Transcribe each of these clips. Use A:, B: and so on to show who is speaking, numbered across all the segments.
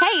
A: Hey,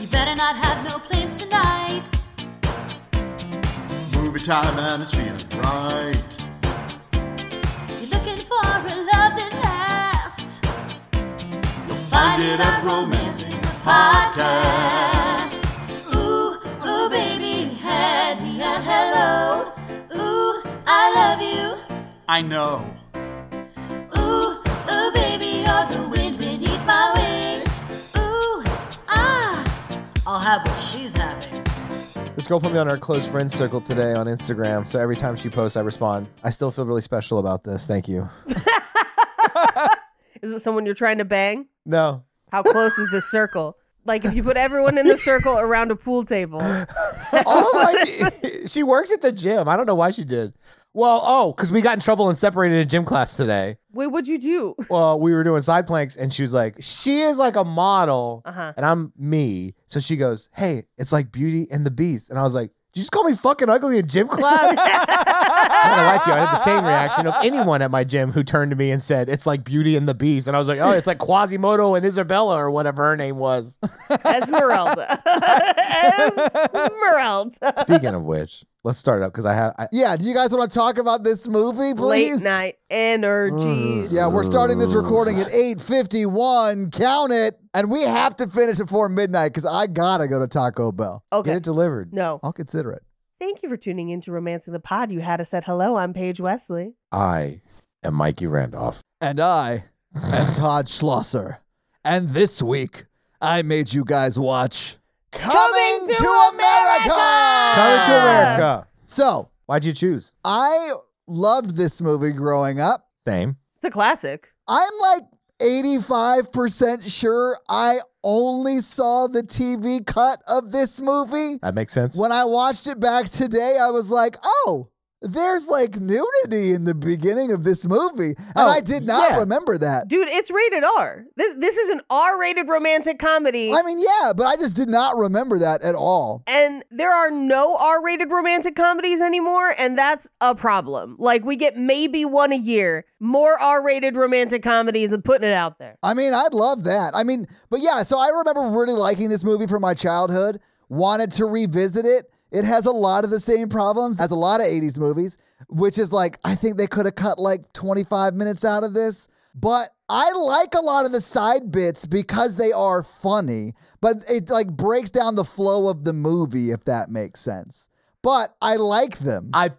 B: You better not have no plans tonight.
C: Movie time and it's feeling right.
B: You're looking for a love that lasts.
C: You'll
B: Find it at Romancing the Podcast. Ooh, ooh, baby, you had me at hello. Ooh, I love you.
C: I know.
B: Ooh, ooh, baby, you're the wind beneath my wings. Ooh, ah, I'll have what she's having.
D: This girl put me on our close friends circle today on Instagram, so every time she posts, I respond. I still feel really special about this. Thank you.
E: Is it someone you're trying to bang?
D: No,
E: How close is the circle? Like if you put everyone in the circle around a pool table.
D: all of Oh my, she works at the gym. I don't know why she did. Well, oh, because we got in trouble and separated in gym class today.
E: Wait, what'd you do?
D: Well, we were doing side planks, and she was like, "She is like a model,
E: Uh-huh.
D: and I'm me." So she goes, "Hey, it's like Beauty and the Beast," and I was like, "Did you just call me fucking ugly in gym class?" I'm not gonna lie to you. I had the same reaction of anyone at my gym who turned to me and said, "It's like Beauty and the Beast," and I was like, "Oh, it's like Quasimodo and Isabella or whatever her name was."
E: Esmeralda. Esmeralda.
D: Speaking of which, let's start it up because I have. I,
F: Yeah, do you guys want to talk about this movie, please?
E: Late night energy.
F: Yeah, we're starting this recording at 8:51. Count it, and we have to finish before midnight because I gotta go to Taco Bell.
D: Get
E: Okay.
D: it delivered.
E: No.
F: I'll consider it.
E: Thank you for tuning in to Romancing the Pod. You had us at hello. I'm Paige Wesley.
D: I am Mikey Randolph.
F: And I am Todd Schlosser. And this week, I made you guys watch
E: Coming to America!
D: Coming to America.
F: So
D: Why'd you choose?
F: I loved this movie growing up.
D: Same.
E: It's a classic.
F: I'm like 85% sure I only saw the TV cut of this movie.
D: That makes sense.
F: When I watched it back today, I was like, oh, there's like nudity in the beginning of this movie. And
D: Oh,
F: I did not
D: yeah.
F: remember that.
E: Dude, it's rated R. This this is an R-rated romantic comedy.
F: I mean, yeah, but I just did not remember that at all.
E: and there are no R-rated romantic comedies anymore, and that's a problem. Like we get maybe one a year. More R-rated romantic comedies and putting it out there.
F: I mean, I'd love that. I mean, but yeah, so I remember really liking this movie from my childhood, wanted to revisit it. It has a lot of the same problems as a lot of 80s movies, which is like, I think they could have cut like 25 minutes out of this. But I like a lot of the side bits because they are funny, but it like breaks down the flow of the movie, if that makes sense. But I like them.
D: I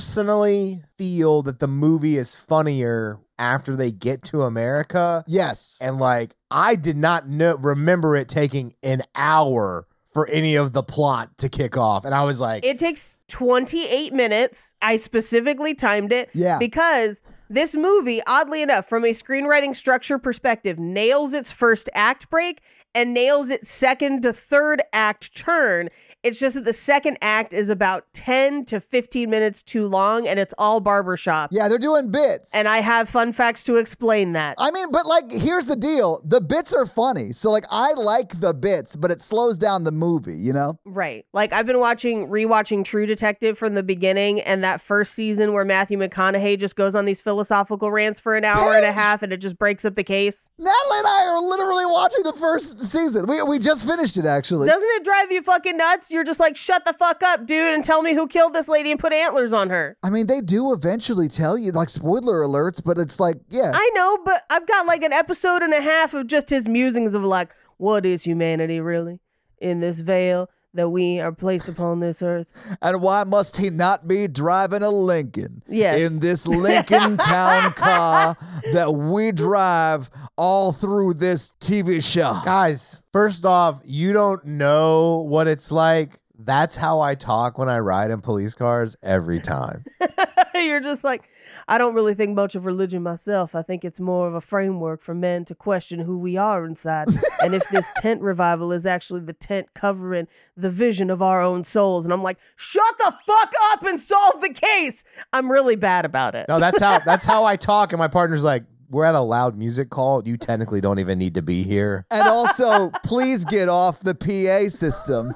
D: personally feel that the movie is funnier after they get to America.
F: yes.
D: And like, I did not know, remember it taking an hour for any of the plot to kick off. And I was like,
E: It takes 28 minutes. I specifically timed it.
F: Yeah.
E: Because this movie, oddly enough, from a screenwriting structure perspective, nails its first act break and nails its second to third act turn. It's just that the second act is about 10 to 15 minutes too long and it's all barbershop.
F: yeah, they're doing bits.
E: And I have fun facts to explain
D: Uh,
E: that.
F: I mean, but like, here's the deal: the bits are funny, so like, I like the bits, but it slows down the movie. You know?
E: Right. Like I've been watching rewatching True Detective from the beginning and that first season where Matthew McConaughey just goes on these philosophical rants for an hour and a half and it just breaks up the case.
F: Natalie and I are literally watching the first season. We, we just finished it, actually.
E: Doesn't it drive you fucking nuts? You're just like, shut the fuck up, dude, and tell me who killed this lady and put antlers on her.
F: I mean, they do eventually tell you, like, spoiler alerts, but it's like, yeah.
E: I know, but I've got like an episode and a half of just his musings of like, what is humanity really in this veil that we are placed upon this earth?
F: and why must he not be driving a Lincoln?
E: Yes.
F: In this Lincoln Town car that we drive all through this TV show.
D: Guys, first off, you don't know what it's like. That's how I talk when I ride in police cars every time.
E: You're just like, I don't really think much of religion myself. I think it's more of a framework for men to question who we are inside and if this tent revival is actually the tent covering the vision of our own souls. And I'm like, shut the fuck up and solve the case. I'm really bad about it.
D: No, that's how that's how I talk, and my partner's like, "We're at a loud music call. You technically don't even need to be here."
F: And also, please get off the PA system.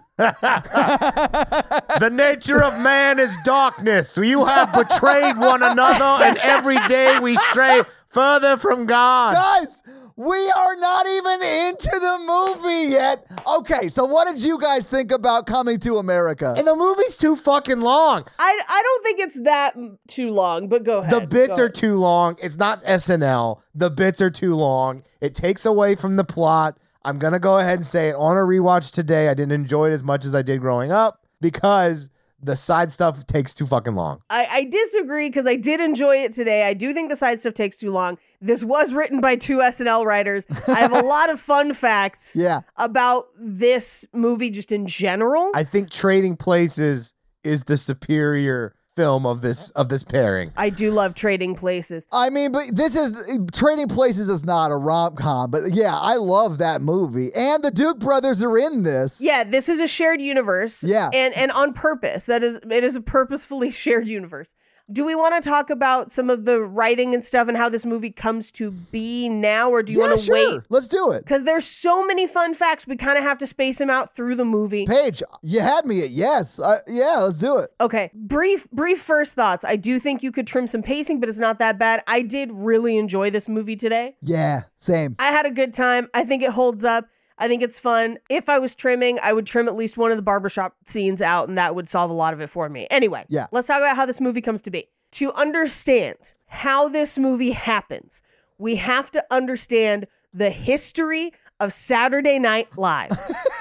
D: the nature of man is darkness. You have betrayed one another, and every day we stray further from God.
F: Guys, we are not even into the movie yet. Okay, so what did you guys think about coming to America?
D: And the movie's too fucking long.
E: I, I don't think it's that m- too long, but go ahead.
D: The bits
E: Go
D: are
E: ahead.
D: too long. It's not SNL. The bits are too long. It takes away from the plot. I'm going to go ahead and say it on a rewatch today. I didn't enjoy it as much as I did growing up because the side stuff takes too fucking long.
E: I, I disagree because I did enjoy it today. I do think the side stuff takes too long. This was written by two SNL writers. I have a lot of fun facts
F: yeah.
E: about this movie just in general. I,
D: I think Trading Places is the superior film of this of this pairing.
E: do love trading places.
F: I mean, but this is Trading Places is not a rom com, but yeah, I love that movie. And the Duke brothers are in this.
E: Yeah, this is a shared universe.
F: Yeah.
E: And and on purpose. That is it is a purposefully shared universe. Do we want to talk about some of the writing and stuff and how this movie comes to be now or do you
F: Yeah,
E: want to
F: sure.
E: wait?
F: Let's do it.
E: Because there's so many fun facts, we kind of have to space them out through the movie.
F: Paige, you had me at yes. Uh, yeah, let's do it.
E: Okay, brief, brief first thoughts. I do think you could trim some pacing, but it's not that bad. I did really enjoy this movie today.
F: Yeah, same.
E: I had a good time. I think it holds up. I think it's fun. If I was trimming, I would trim at least one of the barbershop scenes out, and that would solve a lot of it for me. Anyway,
F: Yeah.
E: let's talk about how this movie comes to be. To understand how this movie happens, we have to understand the history of Saturday Night Live.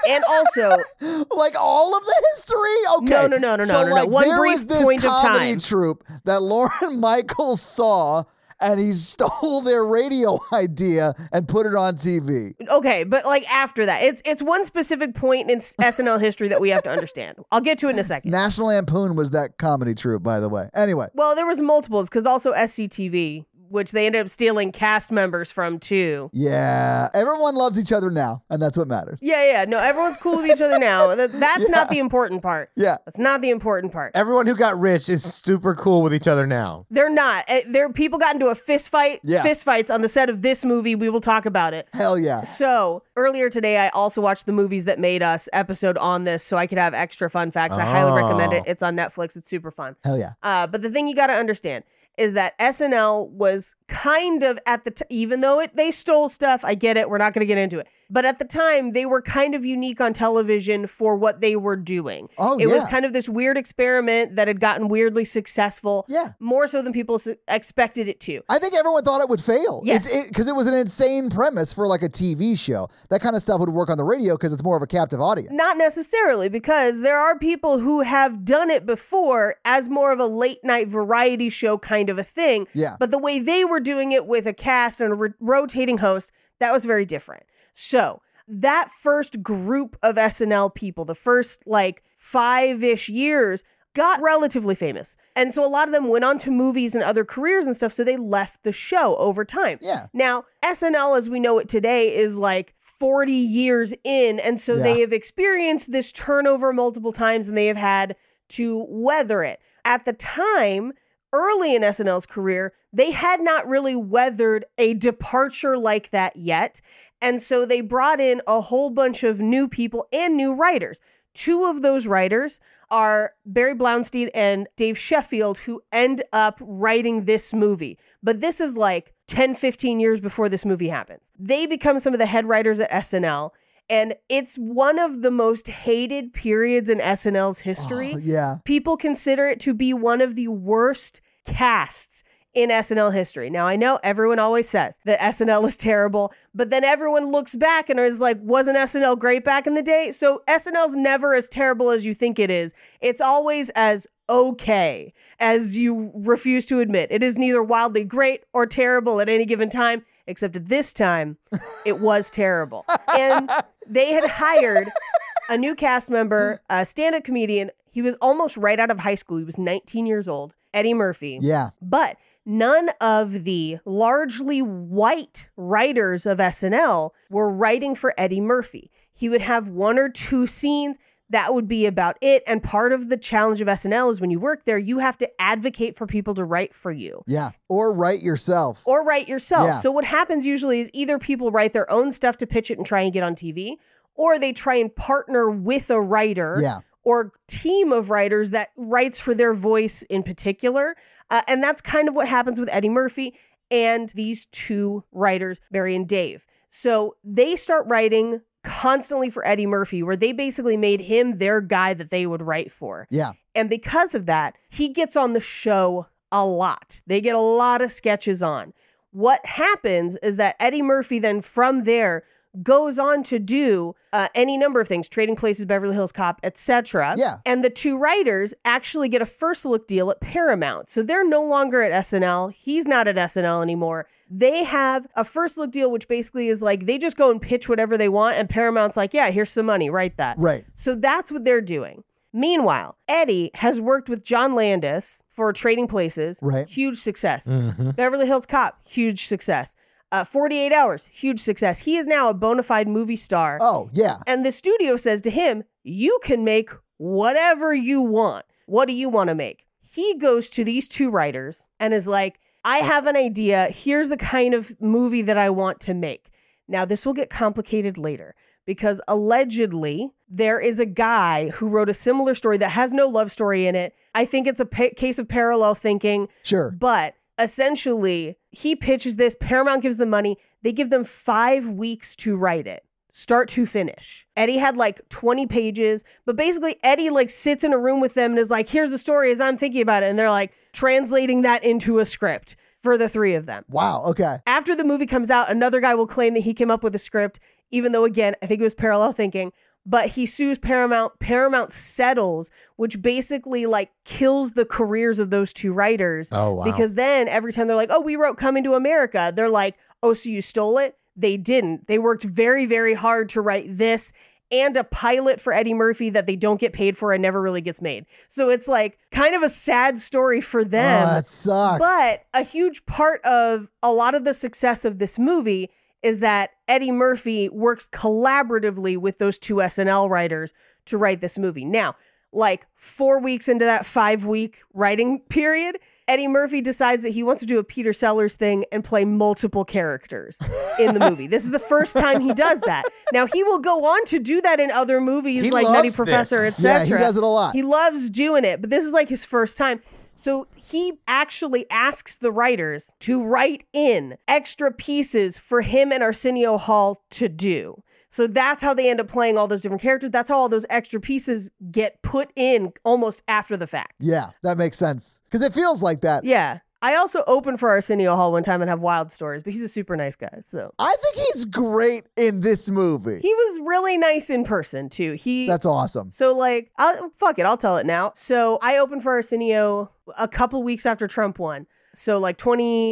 E: and also,
F: Like all of the history? Okay.
E: No, no, no, no,
F: so,
E: no, no, no.
F: Like,
E: One
F: there
E: brief
F: was this
E: point of
F: comedy
E: time.
F: troupe that Lauren Michaels saw and he stole their radio idea and put it on TV.
E: okay, but like after that, it's it's one specific point in s- SNL history that we have to understand. I'll get to it in a second.
F: National Lampoon was that comedy troupe, by the way. Anyway.
E: Well, there was multiples because also SCTV, which they ended up stealing cast members from too.
F: Yeah. Everyone loves each other now, and that's what matters.
E: Yeah, yeah. No, everyone's cool with each other now. That, that's not the important part.
F: Yeah.
E: That's not the important part.
D: Everyone who got rich is super cool with each other now.
E: They're not. Uh, There, people got into a fist fight.
F: Yeah.
E: Fist fights on the set of this movie. We will talk about it.
F: Hell yeah.
E: So earlier today, I also watched the movies that made us episode on this, so I could have extra fun facts. I highly recommend it.
D: Oh.
E: It's on Netflix. It's super fun.
F: Hell yeah.
E: Uh, but the thing you got to understand is that SNL was kind of at the t- even though it they stole stuff, I get it. We're not going to get into it. But at the time, they were kind of unique on television for what they were doing.
F: Oh,
E: it was
F: yeah.
E: kind of this weird experiment that had gotten weirdly successful.
F: Yeah.
E: more so than people s- expected it to.
F: I think everyone thought it would fail.
E: Yes.
F: Because it, 'cause it was an insane premise for like a TV show. That kind of stuff would work on the radio because it's more of a captive audience.
E: Not necessarily, because there are people who have done it before as more of a late night variety show kind of a thing.
F: Yeah.
E: But the way they were doing it with a cast and a ro- rotating host, that was very different. So that first group of SNL people, the first like five ish years, got relatively famous. And so a lot of them went on to movies and other careers and stuff. So they left the show over time.
F: Yeah.
E: Now, SNL as we know it today is like 40 years in. And so
F: Yeah.
E: they have experienced this turnover multiple times and they have had to weather it. At the time, early in SNL's career, they had not really weathered a departure like that yet. And so they brought in a whole bunch of new people and new writers Two of those writers are Barry Blaustein and Dave Sheffield, who end up writing this movie. But this is like 10, 15 years before this movie happens. They become some of the head writers at SNL. And it's one of the most hated periods in SNL's history.
F: yeah.
E: People consider it to be one of the worst casts in SNL history. Now, I know everyone always says that SNL is terrible, but then everyone looks back and is like, wasn't SNL great back in the day? So SNL's never as terrible as you think it is. It's always as okay as you refuse to admit. It is neither wildly great or terrible at any given time, except at this time, it was terrible. And they had hired a new cast member, a stand up comedian. He was almost right out of high school. He was 19 years old, Eddie Murphy.
F: Yeah.
E: But none of the largely white writers of SNL were writing for Eddie Murphy. He would have one or two scenes. That would be about it. And part of the challenge of SNL is when you work there, you have to advocate for people to write for you
F: Yeah. Or write yourself.
E: or write yourself.
F: Yeah.
E: So what happens usually is either people write their own stuff to pitch it and try and get on TV, or they try and partner with a writer
F: Yeah.
E: or team of writers that writes for their voice in particular. Uh, and that's kind of what happens with Eddie Murphy and these two writers, Barry and Dave. So they start writing constantly for Eddie Murphy, where they basically made him their guy that they would write for.
F: Yeah.
E: And because of that, he gets on the show a lot. They get a lot of sketches on. What happens is that Eddie Murphy then from there goes on to do uh, any number of things, Trading Places, Beverly Hills Cop, etc.
F: Yeah.
E: And the two writers actually get a first look deal at Paramount. So they're no longer at SNL. He's not at SNL anymore. They have a first look deal, which basically is like they just go and pitch whatever they want, and Paramount's like, yeah, here's some money, write that.
F: Right.
E: So that's what they're doing. Meanwhile, Eddie has worked with John Landis for Trading Places,
F: Right. Mm-hmm.
E: huge success. Beverly Hills Cop, huge success. Uh, 48 Hours, huge success. He is now a bona fide movie star.
F: Oh, yeah.
E: And the studio says to him, You can make whatever you want. What do you want to make? He goes to these two writers and is like, I have an idea. Here's the kind of movie that I want to make. Now, this will get complicated later because allegedly there is a guy who wrote a similar story that has no love story in it. I think it's a pa- case of parallel thinking.
F: Sure.
E: But essentially, he pitches this. Paramount gives them money. They give them five weeks to write it, start to finish. Eddie had like 20 pages, but basically, Eddie like sits in a room with them and is like, here's the story as I'm thinking about it. And they're like translating that into a script for the three of them.
F: Wow. Okay.
E: After the movie comes out, another guy will claim that he came up with a script, even though, again, I think it was parallel thinking. But he sues Paramount. Paramount settles, which basically like kills the careers of those two writers.
D: Oh, wow.
E: Because then every time they're like, "Oh, we wrote Coming to America," they're like, "Oh, so you stole it?" They didn't. They worked very, very hard to write this and a pilot for Eddie Murphy that they don't get paid for and never really gets made. So it's like kind of a sad story for them.
F: Oh, that sucks.
E: But a huge part of a lot of the success of this movie is that Eddie Murphy works collaboratively with those two SNL writers to write this movie. Now, like four weeks into that five week writing period, Eddie Murphy decides that he wants to do a Peter Sellers thing and play multiple characters in the movie. this is the first time he does that. Now, he will go on to do that in other movies
C: He
E: like Nutty
C: loves
E: Professor,
C: this.
F: Yeah,
E: etc.
F: he does it a lot.
E: He loves doing it, but this is like his first time. So he actually asks the writers to write in extra pieces for him and Arsenio Hall to do. So that's how they end up playing all those different characters. That's how all those extra pieces get put in almost after the fact.
F: yeah, that makes sense because it feels like that.
E: Yeah. I also opened for Arsenio Hall one time and have wild stories, but he's a super nice guy. So
F: I think he's great in this movie.
E: he was really nice in person too. He
F: That's
D: Mm.
F: awesome.
E: So like, I'll, fuck it, I'll tell it now. So I opened for Arsenio a couple weeks after Trump won. So like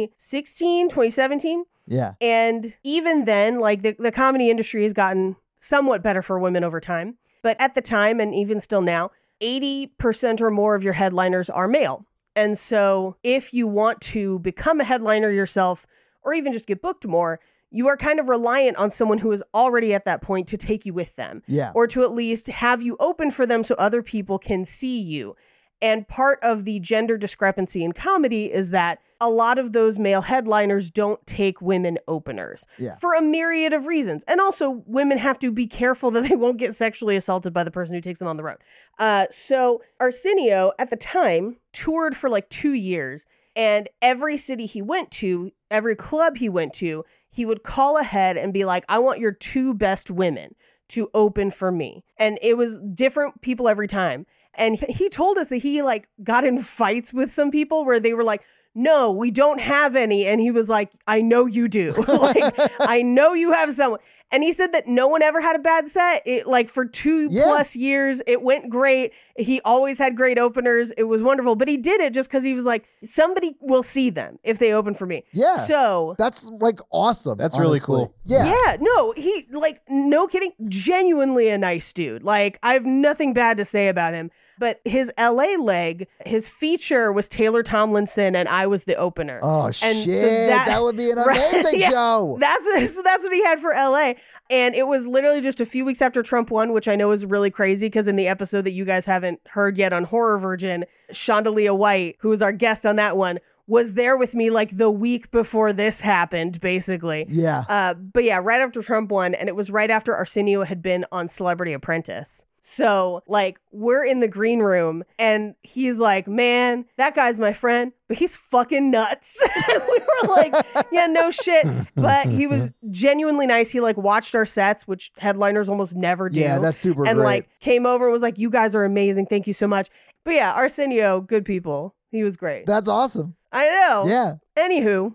E: 2016, 2017.
F: Yeah.
E: And even then, like the, the comedy industry has gotten somewhat better for women over time. But at the time, and even still now, 80% or more of your headliners are male. And so if you want to become a headliner yourself or even just get booked more, you are kind of reliant on someone who is already at that point to take you with them
F: Yeah.
E: or to at least have you open for them so other people can see you. And part of the gender discrepancy in comedy is that a lot of those male headliners don't take women openers
F: Yeah.
E: for a myriad of reasons. And also, women have to be careful that they won't get sexually assaulted by the person who takes them on the road. Uh, so, Arsenio at the time toured for like two years, and every city he went to, every club he went to, he would call ahead and be like, I want your two best women to open for me. And it was different people every time. And he- he told us that he like got in fights with some people where they were like, no, we don't have any. And he was like, I know you do. like, I know you have someone. And he said that no one ever had a bad set. It like for two
F: Yeah.
E: plus years, it went great. He always had great openers. It was wonderful. But he did it just because he was like, somebody will see them if they open for me.
F: Yeah.
E: So
F: That's like awesome.
D: That's really
F: honestly.
D: cool.
F: Yeah.
E: no, he like no kidding, genuinely a nice dude. Like I have nothing bad to say about him. But his LA leg, his feature was Taylor Tomlinson, and I was the opener.
F: Oh
E: And
F: shit.
E: so
F: that,
E: that-
F: would be an
E: Right,
F: amazing
E: yeah.
F: show.
E: That's so that's what he had for LA. And it was literally just a few weeks after Trump won, which I know is really crazy because in the episode that you guys haven't heard yet on Horror Virgin, Shondalia White, who was our guest on that one, was there with me like the week before this happened, basically.
F: yeah.
E: Uh, but yeah, right after Trump won, and it was right after Arsenio had been on Celebrity Apprentice. So, like, we're in the green room, and he's like, Man, that guy's my friend, but he's fucking nuts. we were like, Yeah, no shit. But he was genuinely nice. He, like, watched our sets, which headliners almost never do.
F: yeah, that's super
E: and,
F: great.
E: like, came over and was like, You guys are amazing. Thank you so much. But yeah, Arsenio, good people. He was great.
F: that's awesome.
E: I know.
F: Yeah.
E: Anywho,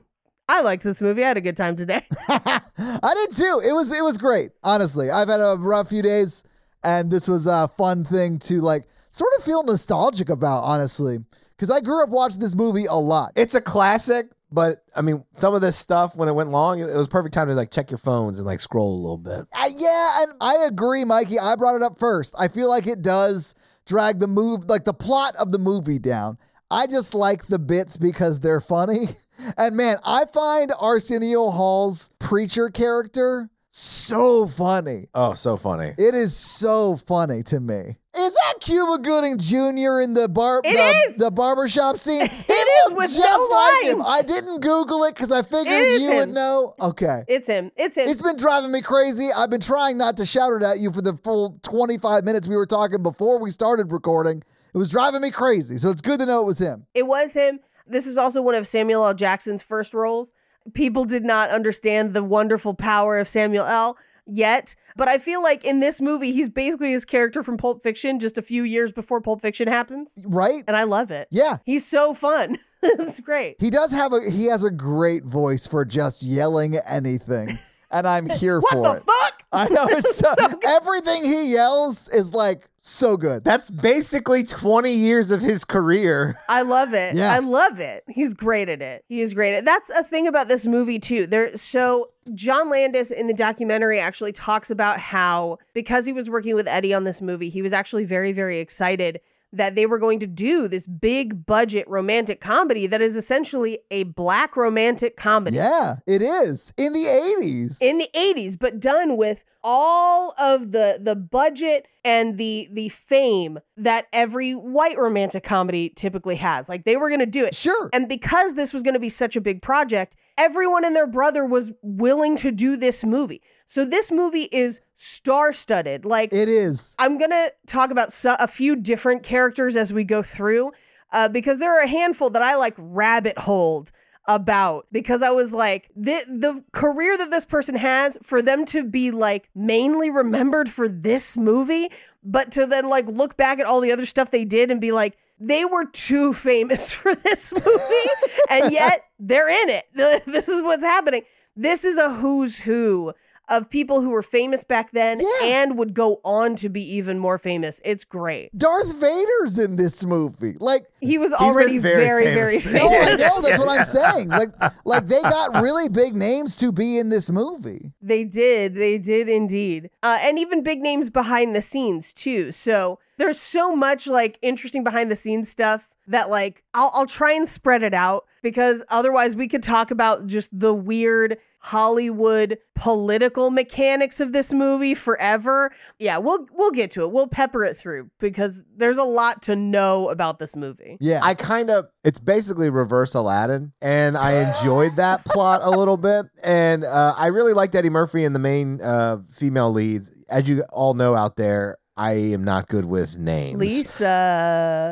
E: I liked this movie. I had a good time today.
F: I did too. It was it was great. Honestly, I've had a rough few days, and this was a fun thing to like sort of feel nostalgic about. Honestly, because I grew up watching this movie a lot.
D: It's a classic, but I mean, some of this stuff when it went long, it, it was perfect time to like check your phones and like scroll a little bit.
F: Uh, yeah, and I agree, Mikey. I brought it up first. I feel like it does drag the move, like the plot of the movie down. I just like the bits because they're funny. And man, I find Arsenio Hall's preacher character so funny.
D: Oh, so funny.
F: It is so funny to me. Is that Cuba Gooding Jr. in the bar
E: It
F: the,
E: is.
F: the barbershop scene? It
E: is
F: looks
E: with
F: just
E: no
F: like him. I
E: lines.
F: didn't Google it because I figured
E: It is
F: you would
E: him.
F: know. Okay.
E: It's him. It's him.
F: It's been driving me crazy. I've been trying not to shout it at you for the full 25 minutes we were talking before we started recording. It was driving me crazy. So it's good to know it was him.
E: it was him. This is also one of Samuel L. Jackson's first roles. People did not understand the wonderful power of Samuel L. yet, but I feel like in this movie, he's basically his character from Pulp Fiction just a few years before Pulp Fiction happens.
F: Right?
E: And I love it.
F: Yeah.
E: He's so fun. it's great.
F: He does have a he has a great voice for just yelling anything. And I'm here
E: What
F: for
E: the
F: it.
E: fuck?
F: I know it's so, everything he yells is like so good.
D: That's basically 20 years of his career.
E: I love it.
F: Yeah.
E: I love it. He's great at it. He is great at That's a thing about this movie too. There so John Landis in the documentary actually talks about how because he was working with Eddie on this movie, he was actually very very excited that they were going to do this big budget romantic comedy that is essentially a black romantic comedy
F: Yeah, it is in the eighties.
E: in the 80s but done with all of the the budget and the the fame that every white romantic comedy typically has like they were going to do it
F: Sure.
E: and because this was going to be such a big project everyone and their brother was willing to do this movie so this movie is star-studded like
F: It is.
E: I'm gonna talk about so- a few different characters as we go through, uh, because there are a handful that I like rabbit holed about because I was like the the career that this person has for them to be like mainly remembered for this movie, but to then like look back at all the other stuff they did and be like. They were too famous for this movie, and yet they're in it. This is what's happening. This is a who's who of people who were famous back then
F: Yeah.
E: and would go on to be even more famous. It's great.
F: Darth Vader's in this movie. Like
E: He was
D: been
E: already
D: very
E: very, very
D: famous.
F: no, I
E: famous.
F: know that's what I'm saying. Like like they got really big names to be in this movie.
E: They did. They did indeed. Uh, and even big names behind the scenes, too. So there's so much like interesting behind the scenes stuff that like I'll I'll try and spread it out because otherwise we could talk about just the weird Hollywood political mechanics of this movie forever. Yeah, we'll we'll get to it. We'll pepper it through because there's a lot to know about this movie.
F: Yeah.
D: I kind of it's basically reverse Aladdin, and I enjoyed that plot a little bit, and uh, I really liked Eddie Murphy and the main uh, female leads. As you all know out there, I am not good with names.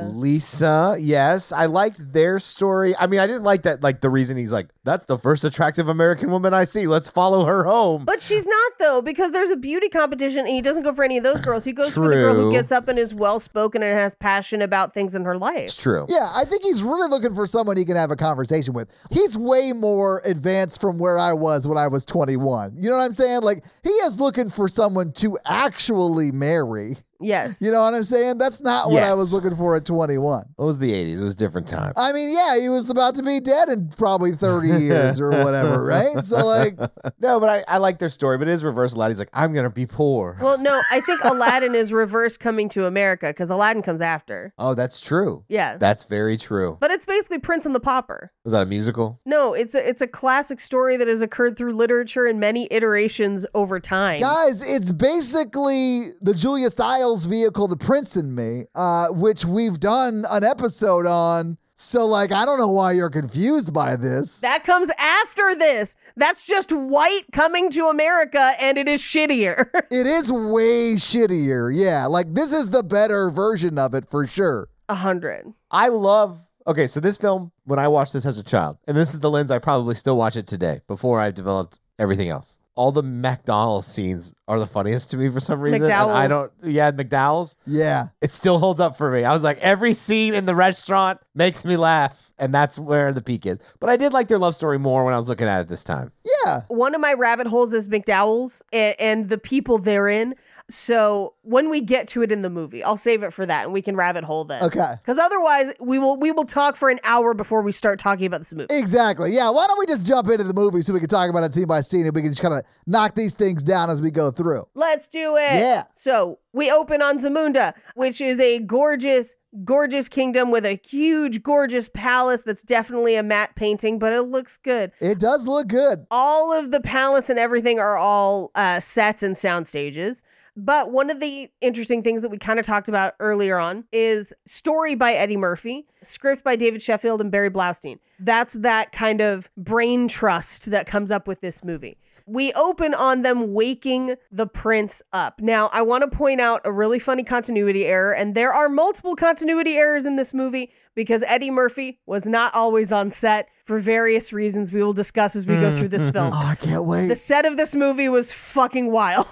E: Lisa.
D: Lisa, yes, I liked their story. I mean, I didn't like that. Like the reason he's like, that's the first attractive American woman I see. Let's follow her home.
E: But she's not though, because there's a beauty competition and he doesn't go for any of those girls. He goes for the girl who
D: True.
E: gets up and is well spoken and has passion about things in her life.
D: It's true.
F: Yeah, I think he's really looking for someone he can have a conversation with. He's way more advanced from where I was when I was 21. You know what I'm saying? Like, he is looking for someone to actually marry.
E: Yes.
F: You know what I'm saying? That's not what I
D: Yes.
F: was looking for at 21.
D: It was the '80s. It was a different time.
F: I mean, yeah, he was about to be dead in probably 30 years or whatever, right? So, like,
D: no, but I, I like their story. But it is reverse Aladdin. He's like, I'm gonna be poor.
E: Well, no, I think Aladdin is reverse coming to America because Aladdin comes after.
D: oh, that's true.
E: Yeah.
D: That's very true.
E: but it's basically Prince and the Pauper.
D: Was that a musical?
E: No, it's a, it's a classic story that has occurred through literature in many iterations over time.
F: Guys, it's basically the Julia Stiles vehicle, The Prince and Me, uh, which we've done an episode on. So, like, I don't know why you're confused by this.
E: That comes after this. That's just white coming to America and it is shittier.
F: it is way shittier. Yeah. Like, this is the better version of it for sure.
E: A hundred.
D: I love. Okay, so this film, when I watched this as a child, and this is the lens I probably still watch it today before I've developed everything else. All the McDonald's scenes are the funniest to me for some reason. and I
E: McDowell's.
D: don't. Yeah, McDowell's.
F: Yeah.
D: It still holds up for me. I was like, every scene in the restaurant makes me laugh, and that's where the peak is. But I did like their love story more when I was looking at it this time.
F: Yeah.
E: One of my rabbit holes is McDowell's and, and the people therein. So when we get to it in the movie, I'll save it for that and we can rabbit hole then.
F: Okay.
E: Because otherwise, we will we will talk for an hour before we start talking about this movie.
F: Exactly. Yeah. Why don't we just jump into the movie so we can talk about it scene by scene and we can just kind of knock these things down as we go through?
E: Let's do it.
F: Yeah.
E: So we open on Zamunda, which is a gorgeous, gorgeous kingdom with a huge, gorgeous palace that's definitely a matte painting, but it looks good.
F: It does look good.
E: All of the palace and everything are all uh, sets and sound stages. But one of the interesting things that we kind of talked about earlier on is story by Eddie Murphy, script by David Sheffield and Barry Blaustein. That's that kind of brain trust that comes up with this movie. We open on them waking the prince up. Now, I want to point out a really funny continuity error, and there are multiple continuity errors in this movie because Eddie Murphy was not always on set for various reasons we will discuss as we go through this film.
F: Oh, I can't wait.
E: The set of this movie was fucking wild.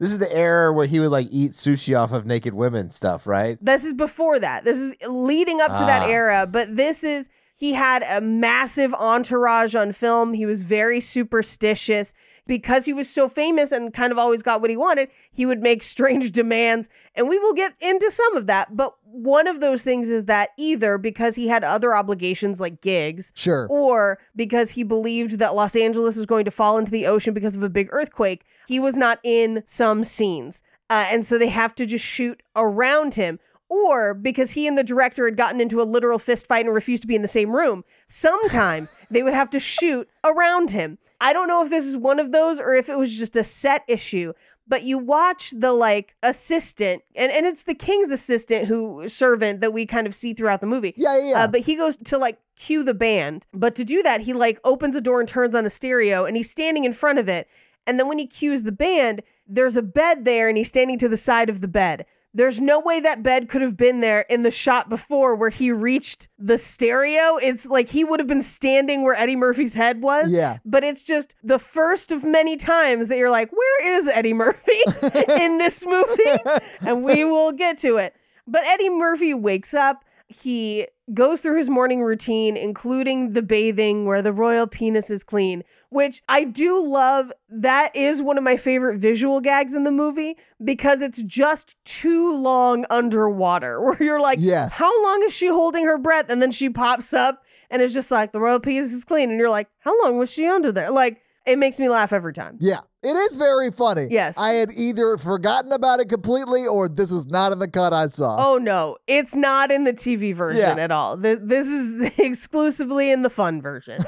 D: This is the era where he would like eat sushi off of naked women stuff, right?
E: This is before that. This is leading up to that era, but this is he had a massive entourage on film. He was very superstitious because he was so famous and kind of always got what he wanted. He would make strange demands, and we will get into some of that. But one of those things is that either because he had other obligations like gigs,
F: Sure.
E: or because he believed that Los Angeles was going to fall into the ocean because of a big earthquake, he was not in some scenes. Uh, and so they have to just shoot around him. Or because he and the director had gotten into a literal fist fight and refused to be in the same room, sometimes they would have to shoot around him. I don't know if this is one of those or if it was just a set issue, but you watch the like assistant, and, and it's the king's assistant who servant that we kind of see throughout the movie.
F: Yeah, yeah, yeah.
E: Uh, but he goes to like cue the band. But to do that, he like opens a door and turns on a stereo and he's standing in front of it. And then when he cues the band, there's a bed there and he's standing to the side of the bed. There's no way that bed could have been there in the shot before where he reached the stereo. It's like he would have been standing where Eddie Murphy's head was.
F: Yeah.
E: But it's just the first of many times that you're like, where is Eddie Murphy in this movie? And we will get to it. But Eddie Murphy wakes up. He goes through his morning routine, including the bathing where the royal penis is clean, which I do love. That is one of my favorite visual gags in the movie because it's just too long underwater where you're like,
F: Yes.
E: how long is she holding her breath? And then she pops up and it's just like, the royal penis is clean. And you're like, how long was she under there? Like, It makes me laugh every time.
F: Yeah, it is very funny.
E: Yes.
F: I had either forgotten about it completely or this was not in the cut I saw.
E: Oh no, it's not in the TV version
F: Yeah.
E: at all. Th- This is exclusively in the fun version.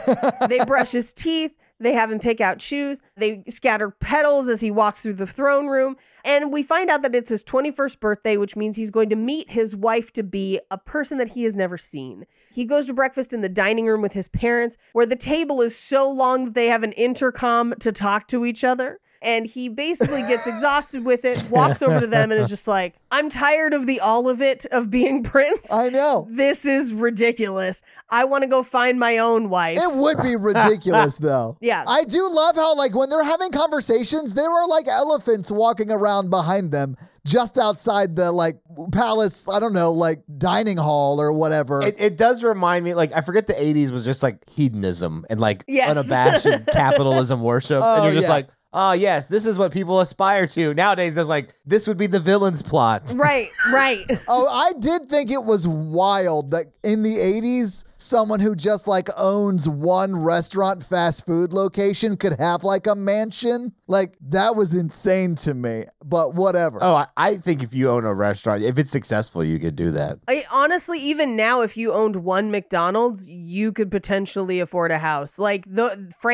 E: they brush his teeth. They have him pick out shoes. They scatter petals as he walks through the throne room. And we find out that it's his 21st birthday, which means he's going to meet his wife to be a person that he has never seen. He goes to breakfast in the dining room with his parents, where the table is so long that they have an intercom to talk to each other. And he basically gets exhausted with it, walks over to them, and is just like, I'm tired of the all of it of being Prince.
F: I know.
E: this is ridiculous. I want to go find my own wife.
F: It would be ridiculous though.
E: Yeah.
F: I do love how like when they're having conversations, there are like elephants walking around behind them just outside the like palace, I don't know, like dining hall or whatever.
D: It, it does remind me, like I forget the '80s was just like hedonism and like
E: Yes.
D: unabashed capitalism worship,
F: Oh,
D: and you're just
F: yeah.
D: like, oh yes, this is what people aspire to nowadays. It's like this would be the villain's plot.
E: right, right.
F: oh, I did think it was wild that in the 80s, someone who just like owns one restaurant fast food location could have like a mansion. Like that was insane to me, but whatever.
D: Oh, I, I think if you own a restaurant, if it's successful, you could do that.
E: I, honestly, even now, if you owned one McDonald's, you could potentially afford a house. Like the
F: Oh, I-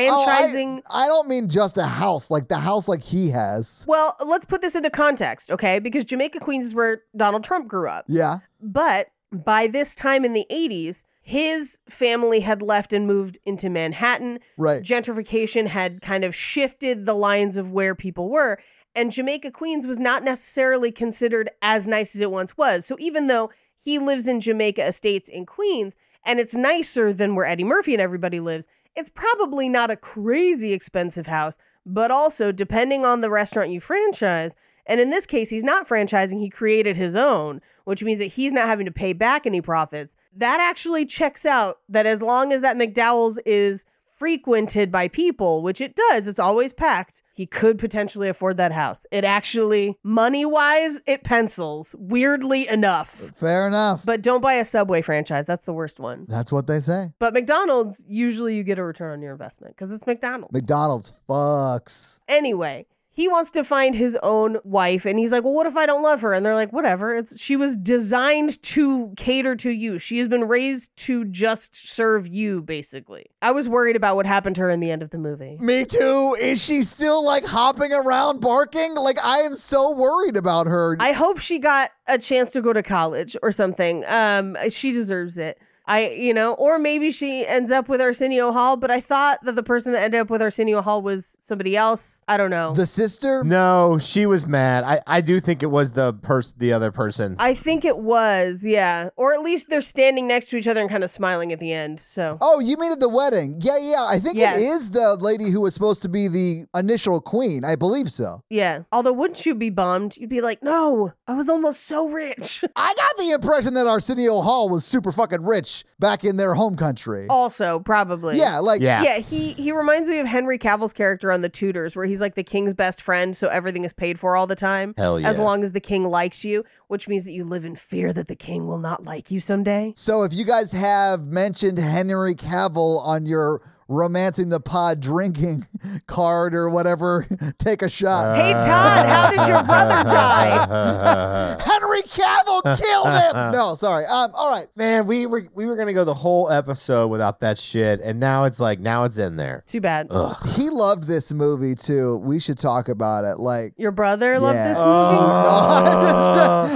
E: franchising.
F: I, don't mean just a house, like the house like he has.
E: well, let's put this into context, okay? Because Jamaica, Queens is where Donald Trump grew up.
F: Yeah.
E: But by this time in the 80s, his family had left and moved into Manhattan.
F: Right.
E: Gentrification had kind of shifted the lines of where people were. And Jamaica, Queens was not necessarily considered as nice as it once was. So even though he lives in Jamaica Estates in Queens and it's nicer than where Eddie Murphy and everybody lives, it's probably not a crazy expensive house. But also, depending on the restaurant you franchise, and in this case, he's not franchising, he created his own, which means that he's not having to pay back any profits. That actually checks out that as long as that McDowell's is frequented by people, which it does, it's always packed, he could potentially afford that house. It actually, money wise, it pencils, weirdly enough.
F: Fair enough.
E: But don't buy a Subway franchise, that's the worst one.
F: That's what they say.
E: But McDonald's, usually you get a return on your investment because it's McDonald's.
F: McDonald's fucks.
E: Anyway, he wants to find his own wife and he's like, "Well, what if I don't love her?" And they're like, "Whatever. It's she was designed to cater to you. She has been raised to just serve you basically." I was worried about what happened to her in the end of the movie.
F: Me too. Is she still like hopping around barking? Like I am so worried about her.
E: I hope she got a chance to go to college or something. Um she deserves it. I, you know, or maybe she ends up with Arsenio Hall, but I thought that the person that ended up with Arsenio Hall was somebody else. I don't know.
F: the sister?
D: No, she was mad. I, I do think it was the pers- the other person.
E: I think it was, yeah. Or at least they're standing next to each other and kind of smiling at the end. So,
F: Oh, you mean at the wedding? Yeah, yeah. I think
E: Yes.
F: it is the lady who was supposed to be the initial queen. I believe so.
E: yeah. Although, wouldn't you be bummed? You'd be like, no, I was almost so rich.
F: I got the impression that Arsenio Hall was super fucking rich back in their home country.
E: also, probably.
F: yeah, like
D: yeah.
E: Yeah, he he reminds me of Henry Cavill's character on The Tudors, where he's like the king's best friend, so everything is paid for all the time.
D: Hell
E: As
D: yeah.
E: long as the king likes you, which means that you live in fear that the king will not like you someday.
F: So if you guys have mentioned Henry Cavill on your romancing the pod drinking card or whatever, take a shot.
D: Uh.
E: Hey Todd, how did your brother die?
F: Henry Cavill killed him. No, sorry. Um, all right.
D: Man, we were we were gonna go the whole episode without that shit, and now it's like now it's in there.
E: Too bad.
F: He loved this movie too. We should talk about it. Like
E: Your brother loved
F: Yeah. Oh,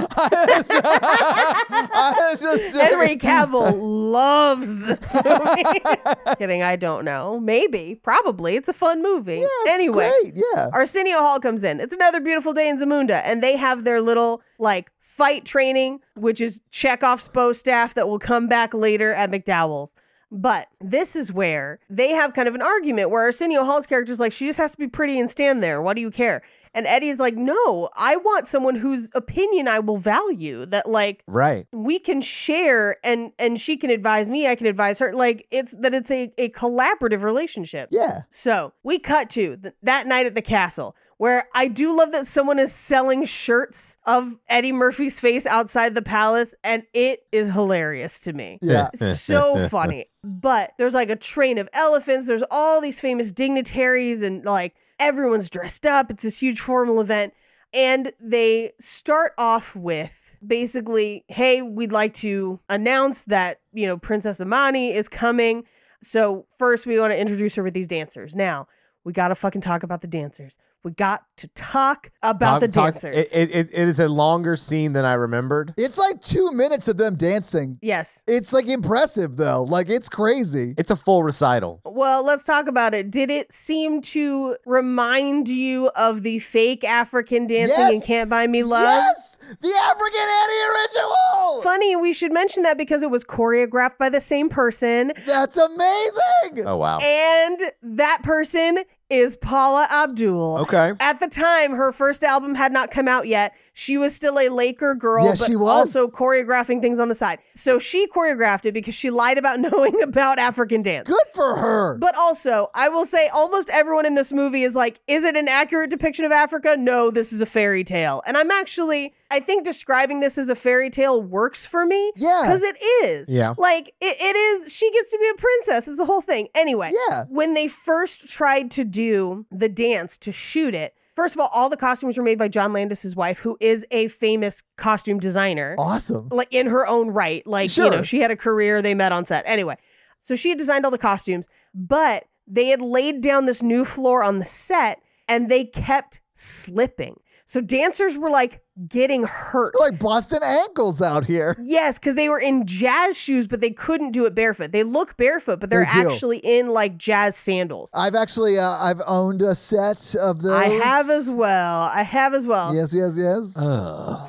E: this movie.
F: I just- I just-
E: Henry Cavill loves this movie. Kidding, I don't know. Maybe, probably. It's a fun movie.
F: That's
E: anyway,
F: great, yeah.
E: Arsenio Hall comes in. It's another beautiful day in Zamunda, and they have their little like fight training, which is Chekhov's bow staff that will come back later at McDowell's. But this is where they have kind of an argument where Arsenio Hall's character's like, she just has to be pretty and stand there. Why do you care? And Eddie's like, no, I want someone whose opinion I will value. That like
D: Right.
E: we can share and and she can advise me i can advise her like it's that it's a, a collaborative relationship
F: Yeah.
E: so we cut to th- that night at the castle where I do love that someone is selling shirts of Eddie Murphy's face outside the palace, and it is hilarious to me.
F: Yeah.
D: Eh.
E: so funny. But there's like a train of elephants. There's all these famous dignitaries, and like everyone's dressed up. It's this huge formal event. And they start off with basically, hey, we'd like to announce that, you know, Princess Amani is coming. So first, we want to introduce her with these dancers. Now, we got to fucking talk about the dancers. We got to talk about
D: Talk-
E: the
D: talk-
E: dancers.
D: it- it- it- it is a longer scene than I remembered.
F: It's like two minutes of them dancing.
E: yes.
F: It's like impressive though. Like it's crazy.
D: It's a full recital.
E: Well, let's talk about it. Did it seem to remind you of the fake African dancing
F: Yes!
E: in Can't Buy Me Love?
F: Yes, the African Annie ritual.
E: Funny, we should mention that because it was choreographed by the same person,
F: That's amazing.
D: Oh wow.
E: and that person is Paula Abdul.
D: Okay.
E: At the time, her first album had not come out yet. She was still a Laker girl,
F: Yes,
E: but
F: she was.
E: also choreographing things on the side. So she choreographed it because she lied about knowing about African dance.
F: Good for her.
E: But also, I will say almost everyone in this movie is like, is it an accurate depiction of Africa? No, this is a fairy tale. And I'm actually, I think describing this as a fairy tale works for me.
F: Yeah.
E: Because it is.
D: Yeah.
E: Like, it, it is, she gets to be a princess. It's the whole thing. Anyway,
F: Yeah.
E: when they first tried to do the dance to shoot it, first of all, all the costumes were made by John Landis's wife, who is a famous costume designer
F: awesome.
E: like in her own right. Like, you
F: Sure.
E: know, she had a career, they met on set. Anyway, so she had designed all the costumes, but they had laid down this new floor on the set and they kept slipping. So dancers were like getting hurt.
F: Like Boston ankles out here.
E: Yes, because they were in jazz shoes, but they couldn't do it barefoot. They look barefoot, but they're
F: They do.
E: actually in like jazz sandals.
F: I've actually uh, I've owned a set of those.
E: I have as well. I have as well.
F: Yes, yes, yes.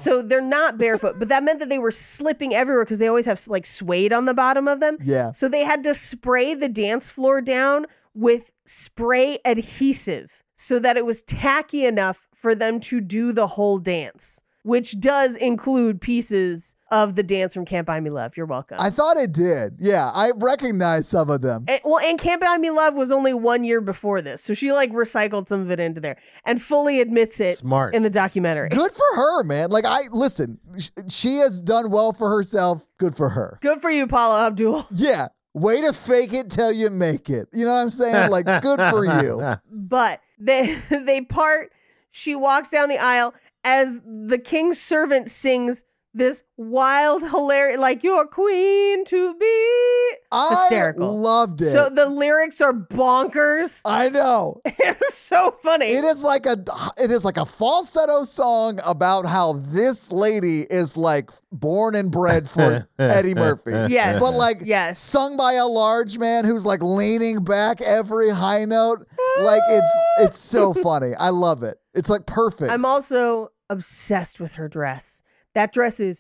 E: So they're not barefoot, but that meant that they were slipping everywhere because they always have like suede on the bottom of them.
F: Yeah.
E: So they had to spray the dance floor down with spray adhesive so that it was tacky enough for them to do the whole dance, which does include pieces of the dance from Can't Buy Me Love. You're welcome.
F: I thought it did. Yeah, I recognize some of them.
E: And- well, and Can't Buy Me Love was only one year before this. So she like recycled some of it into there and fully admits it
D: Smart.
E: in the documentary.
F: Good for her, man. Like I listen, sh- she has done well for herself. Good for her.
E: Good for you, Paula Abdul.
F: Yeah. Way to fake it till you make it. You know what I'm saying? Like good for you.
E: but they they part she walks down the aisle as the king's servant sings this wild hilarious like you're queen to be
F: I
E: hysterical
F: loved it.
E: so the lyrics are bonkers
F: I know.
E: it's so funny
F: It is like a it is like a falsetto song about how this lady is like born and bred for Eddie Murphy.
E: Yes.
F: But like
E: Yes.
F: sung by a large man who's like leaning back every high note. Like it's it's so funny. I love it. It's like perfect.
E: i'm also obsessed with her dress that dress is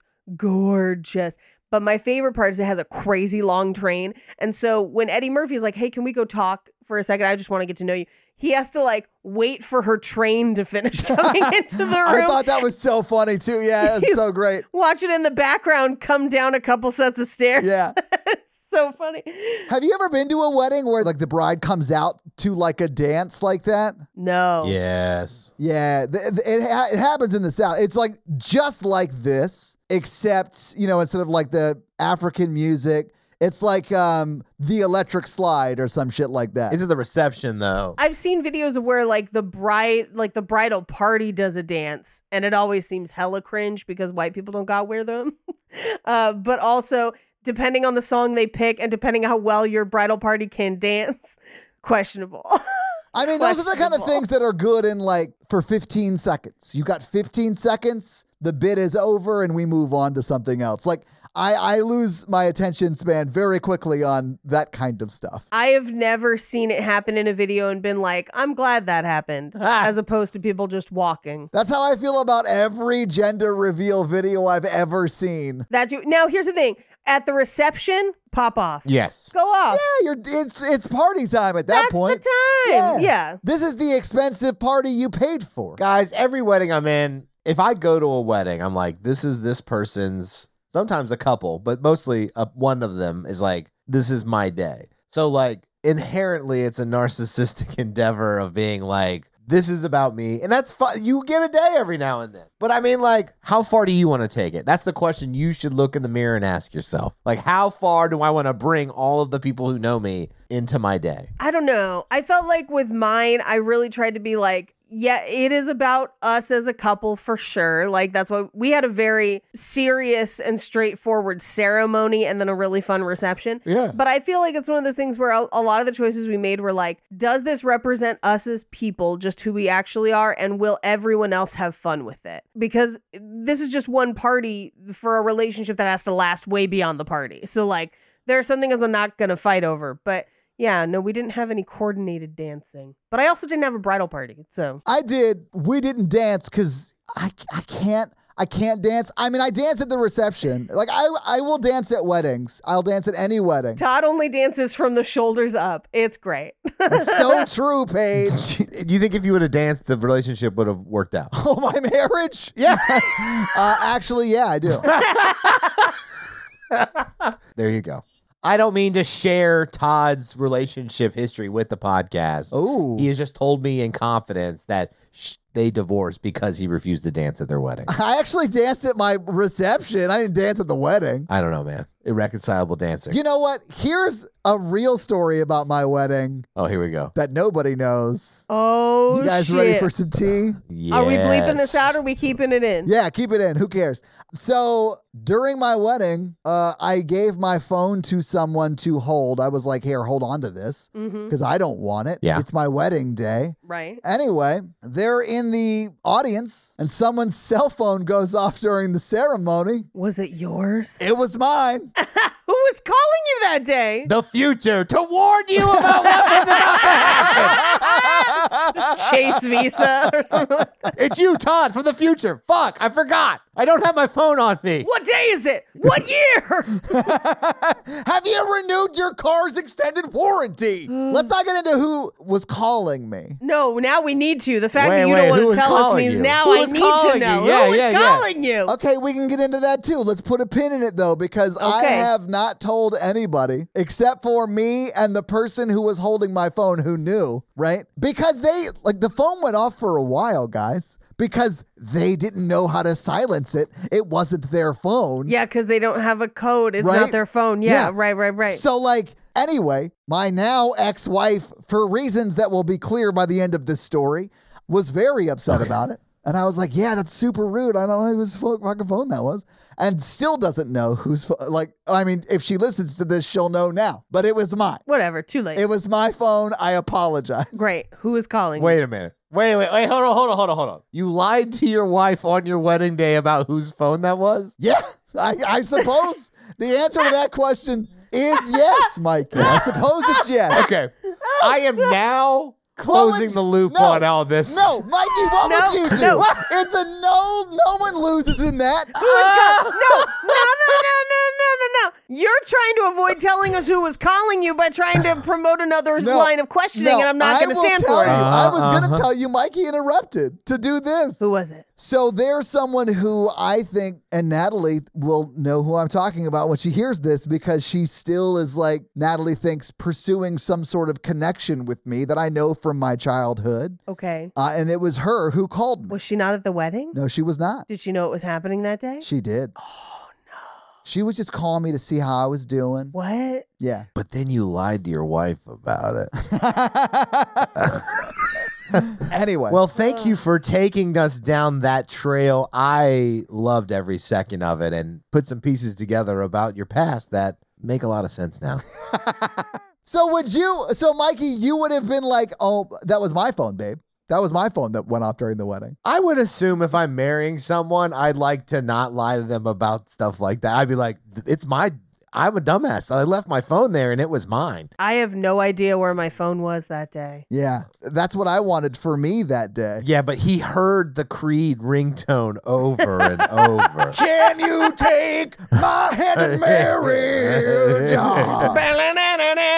E: gorgeous but my favorite part is it has a crazy long train and so when eddie murphy is like hey can we go talk for a second i just want to get to know you he has to like wait for her train to finish coming into the room
F: I thought that was so funny too. Yeah, it's so great.
E: watch it in the background come down a couple sets of stairs.
F: Yeah.
E: it's so funny.
F: Have you ever been to a wedding where like the bride comes out to like a dance like that?
E: No.
D: Yes.
F: Yeah, th- th- it ha- it happens in the South. It's like just like this, except you know instead of like the African music, it's like um the electric slide or some shit like that.
D: It's at the reception though.
E: I've seen videos of where like the bride like the bridal party does a dance and it always seems hella cringe because white people don't got wear them. uh, but also depending on the song they pick and depending how well your bridal party can dance, questionable.
F: I mean, those are the kind of
E: questionable.
F: things that are good in like for 15 seconds. You got 15 seconds, the bit is over, and we move on to something else. Like I I lose my attention span very quickly on that kind of stuff.
E: I have never seen it happen in a video and been like, I'm glad that happened, as opposed to people just walking.
F: That's how I feel about every gender reveal video I've ever seen.
E: That's you. Now, here's the thing: at the reception, pop off.
D: Yes.
E: Go off.
F: Yeah, you're, it's it's party time at that
E: That's
F: point.
E: the time. Yeah.
F: This is the expensive party you paid for.
D: Guys, every wedding I'm in, if I go to a wedding, I'm like, this is this person's, sometimes a couple, but mostly a, one of them is like, this is my day. So, like, inherently, it's a narcissistic endeavor of being like, This is about me, and that's fine. You get a day every now and then, but I mean, like, how far do you want to take it? That's the question you should look in the mirror and ask yourself. Like, how far do I want to bring all of the people who know me into my day?
E: I don't know. I felt like with mine, I really tried to be like, yeah, it is about us as a couple for sure. Like, that's why we had a very serious and straightforward ceremony and then a really fun reception.
F: Yeah.
E: But I feel like it's one of those things where a, a lot of the choices we made were like, does this represent us as people, just who we actually are? And will everyone else have fun with it? Because this is just one party for a relationship that has to last way beyond the party. So, like, there's some things I'm not going to fight over. But yeah, no, we didn't have any coordinated dancing. But I also didn't have a bridal party. So
F: I did. We didn't dance because I, I can't I can't dance. I mean, I dance at the reception. Like I I will dance at weddings. I'll dance at any wedding.
E: Todd only dances from the shoulders up. It's great.
F: That's so true, Paige.
D: Do you think if you would have danced, the relationship would have worked out?
F: Oh, my marriage?
D: Yeah.
F: Uh, actually, yeah, I do.
D: There you go. I don't mean to share Todd's relationship history with the podcast.
F: Ooh.
D: He has just told me in confidence that sh- they divorced because he refused to dance at their wedding.
F: I actually danced at my reception. I didn't dance at the wedding.
D: I don't know, man. Irreconcilable dancing.
F: You know what? Here's a real story about my wedding
D: oh, here we go.
F: that nobody knows.
E: Oh,
F: you guys ready for some tea?
E: Are we bleeping this
D: Yes.
E: out or are we keeping it in?
F: Yeah, keep it in. Who cares? So during my wedding, uh, I gave my phone to someone to hold. I was like, here, hold on to this
E: Mm-hmm.
F: because I don't want it.
D: Yeah.
F: It's my wedding day.
E: Right.
F: Anyway, they're in the audience and someone's cell phone goes off during the ceremony.
E: Was it yours?
F: It was mine.
E: Who was calling you that day?
D: The future to warn you about what was about to happen.
E: Just Chase Visa or something. like that.
D: it's you, Todd, from the future. Fuck, I forgot. I don't have my phone on me.
E: What day is it? What year?
F: Have you renewed your car's extended warranty? Let's not get into who was calling me.
E: No, now we need to. The fact
D: Wait,
E: that you
D: wait,
E: don't
D: who
E: want
D: was
E: to tell us
D: calling
E: means
D: you?
E: now
D: Who
E: I
D: was
E: need
D: calling
E: to
D: you?
E: know.
D: Yeah,
E: Who was
D: yeah, yeah.
E: calling you?
F: Okay, we can get into that too. Let's put a pin in it though, because I
E: Okay.
F: have not told anybody except for me and the person who was holding my phone who knew, right? Because they, like, the phone went off for a while, guys, because they didn't know how to silence it. It wasn't their phone.
E: Yeah, because they don't have a code. It's
F: Right?
E: not their phone. Yeah,
F: Yeah.
E: right, right, right.
F: So, like, anyway, my now ex wife, for reasons that will be clear by the end of this story, was very upset about it. And I was like, yeah, that's super rude. I don't know whose fo- fucking phone that was. And still doesn't know whose, pho- like, I mean, if she listens to this, she'll know now. But it was mine.
E: Whatever. Too late.
F: It was my phone. I apologize.
E: Great. Who is calling?
D: Wait a minute. Wait, wait, wait, hold on, hold on, hold on, hold on. You lied to your wife on your wedding day about whose phone that was?
F: Yeah, I, I suppose the answer to that question is yes, Mikey. I suppose it's yes.
D: Okay. I am now closing
F: would-
D: the loop
F: no,
D: on all this.
F: No, Mikey, what would you do?
E: no.
F: It's a no. No one loses in that.
E: No, no, no, no, no, no, no, no. You're trying to avoid telling us who was calling you by trying to promote another
F: No,
E: line of questioning,
F: no,
E: and I'm not
F: I
E: going to
F: will
E: stand
F: tell
E: for it.
F: you. I was going to
D: Uh-huh.
F: tell you, Mikey interrupted to do this.
E: Who was it?
F: So there's someone who I think, and Natalie will know who I'm talking about when she hears this because she still is like, Natalie thinks, pursuing some sort of connection with me that I know from my childhood.
E: Okay.
F: Uh, and it was her who called me.
E: Was she not at the wedding?
F: No, she was not.
E: Did she know it was happening that day?
F: She did. Oh, no. She was just calling me to see how I was doing.
E: What?
F: Yeah.
D: But then you lied to your wife about it.
F: Anyway.
D: Well, thank you for taking us down that trail. I loved every second of it and put some pieces together about your past that make a lot of sense now.
F: So would you? So Mikey, you would have been like, "Oh, that was my phone, babe. That was my phone that went off during the wedding."
D: I would assume if I'm marrying someone, I'd like to not lie to them about stuff like that. I'd be like, it's my, I'm a dumbass. I left my phone there and it was mine.
E: I have no idea where my phone was that day.
F: Yeah, that's what I wanted for me that day.
D: Yeah, but he heard the Creed ringtone over and over. Can you take my hand
F: in marriage? Ah.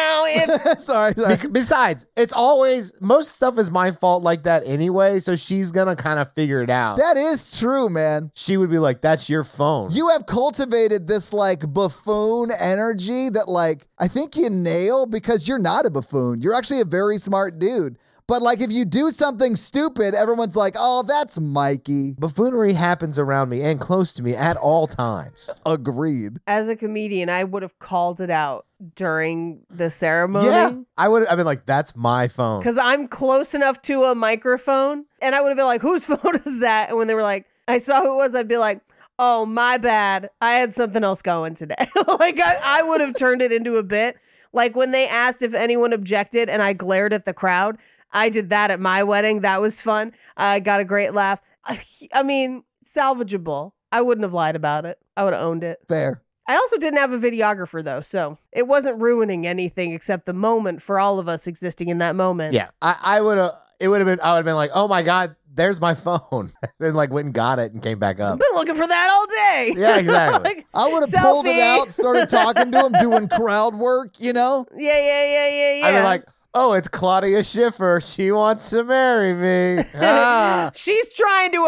E: It's-
F: sorry, sorry.
D: Besides, it's always most stuff is my fault like that anyway, so she's gonna kind of figure it out.
F: That is true, man.
D: she would be like, "That's your phone."
F: You have cultivated this like buffoon energy that like I think you nail because you're not a buffoon. You're actually a very smart dude. But like if you do something stupid, everyone's like, "Oh, that's Mikey."
D: Buffoonery happens around me and close to me at all times.
F: Agreed.
E: As a comedian, I would have called it out during the ceremony.
D: Yeah, I would. I've been like, that's my phone.
E: Because I'm close enough to a microphone. And I would have been like, whose phone is that? And when they were like, I saw who it was, I'd be like, oh, my bad. I had something else going today. like, I, I would have turned it into a bit. Like, when they asked if anyone objected and I glared at the crowd, I did that at my wedding. That was fun. I got a great laugh. I, I mean, salvageable. I wouldn't have lied about it, I would have owned it.
F: Fair.
E: I also didn't have a videographer though, so it wasn't ruining anything except the moment for all of us existing in that moment.
D: Yeah, I, I would have. It would have been. I would have been like, oh my god, there's my phone. then like went and got it and came back up.
E: Been looking for that all day.
D: Yeah, exactly.
E: Like,
F: I would have pulled it
E: Selfie.
F: out, started talking to him, doing crowd work, you know?
E: yeah, yeah, yeah, yeah, yeah.
D: I'd be like, oh, it's Claudia Schiffer. She wants to marry me. Ah.
E: She's trying to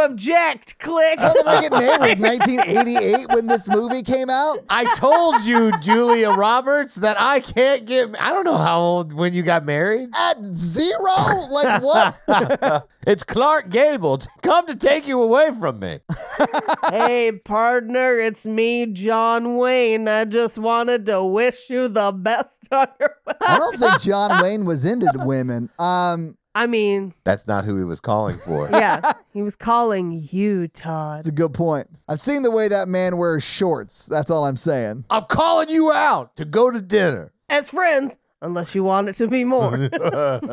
E: object. Click.
F: How did I get married? 1988 when this movie came out?
D: I told you, Julia Roberts, that I can't get. I don't know how old when you got married.
F: At zero? Like what?
D: it's Clark Gable to come to take you away from me.
E: hey, partner, it's me, John Wayne. I just wanted to wish you the best on your.
F: I don't think John Wayne was into women. Um,
E: I mean,
D: That's not who he was calling for.
E: yeah, he was calling you,
F: it's
E: Todd.
F: a good point. I've seen the way that man wears shorts. That's all I'm saying.
D: I'm calling you out to go to dinner.
E: As friends, unless you want it to be more.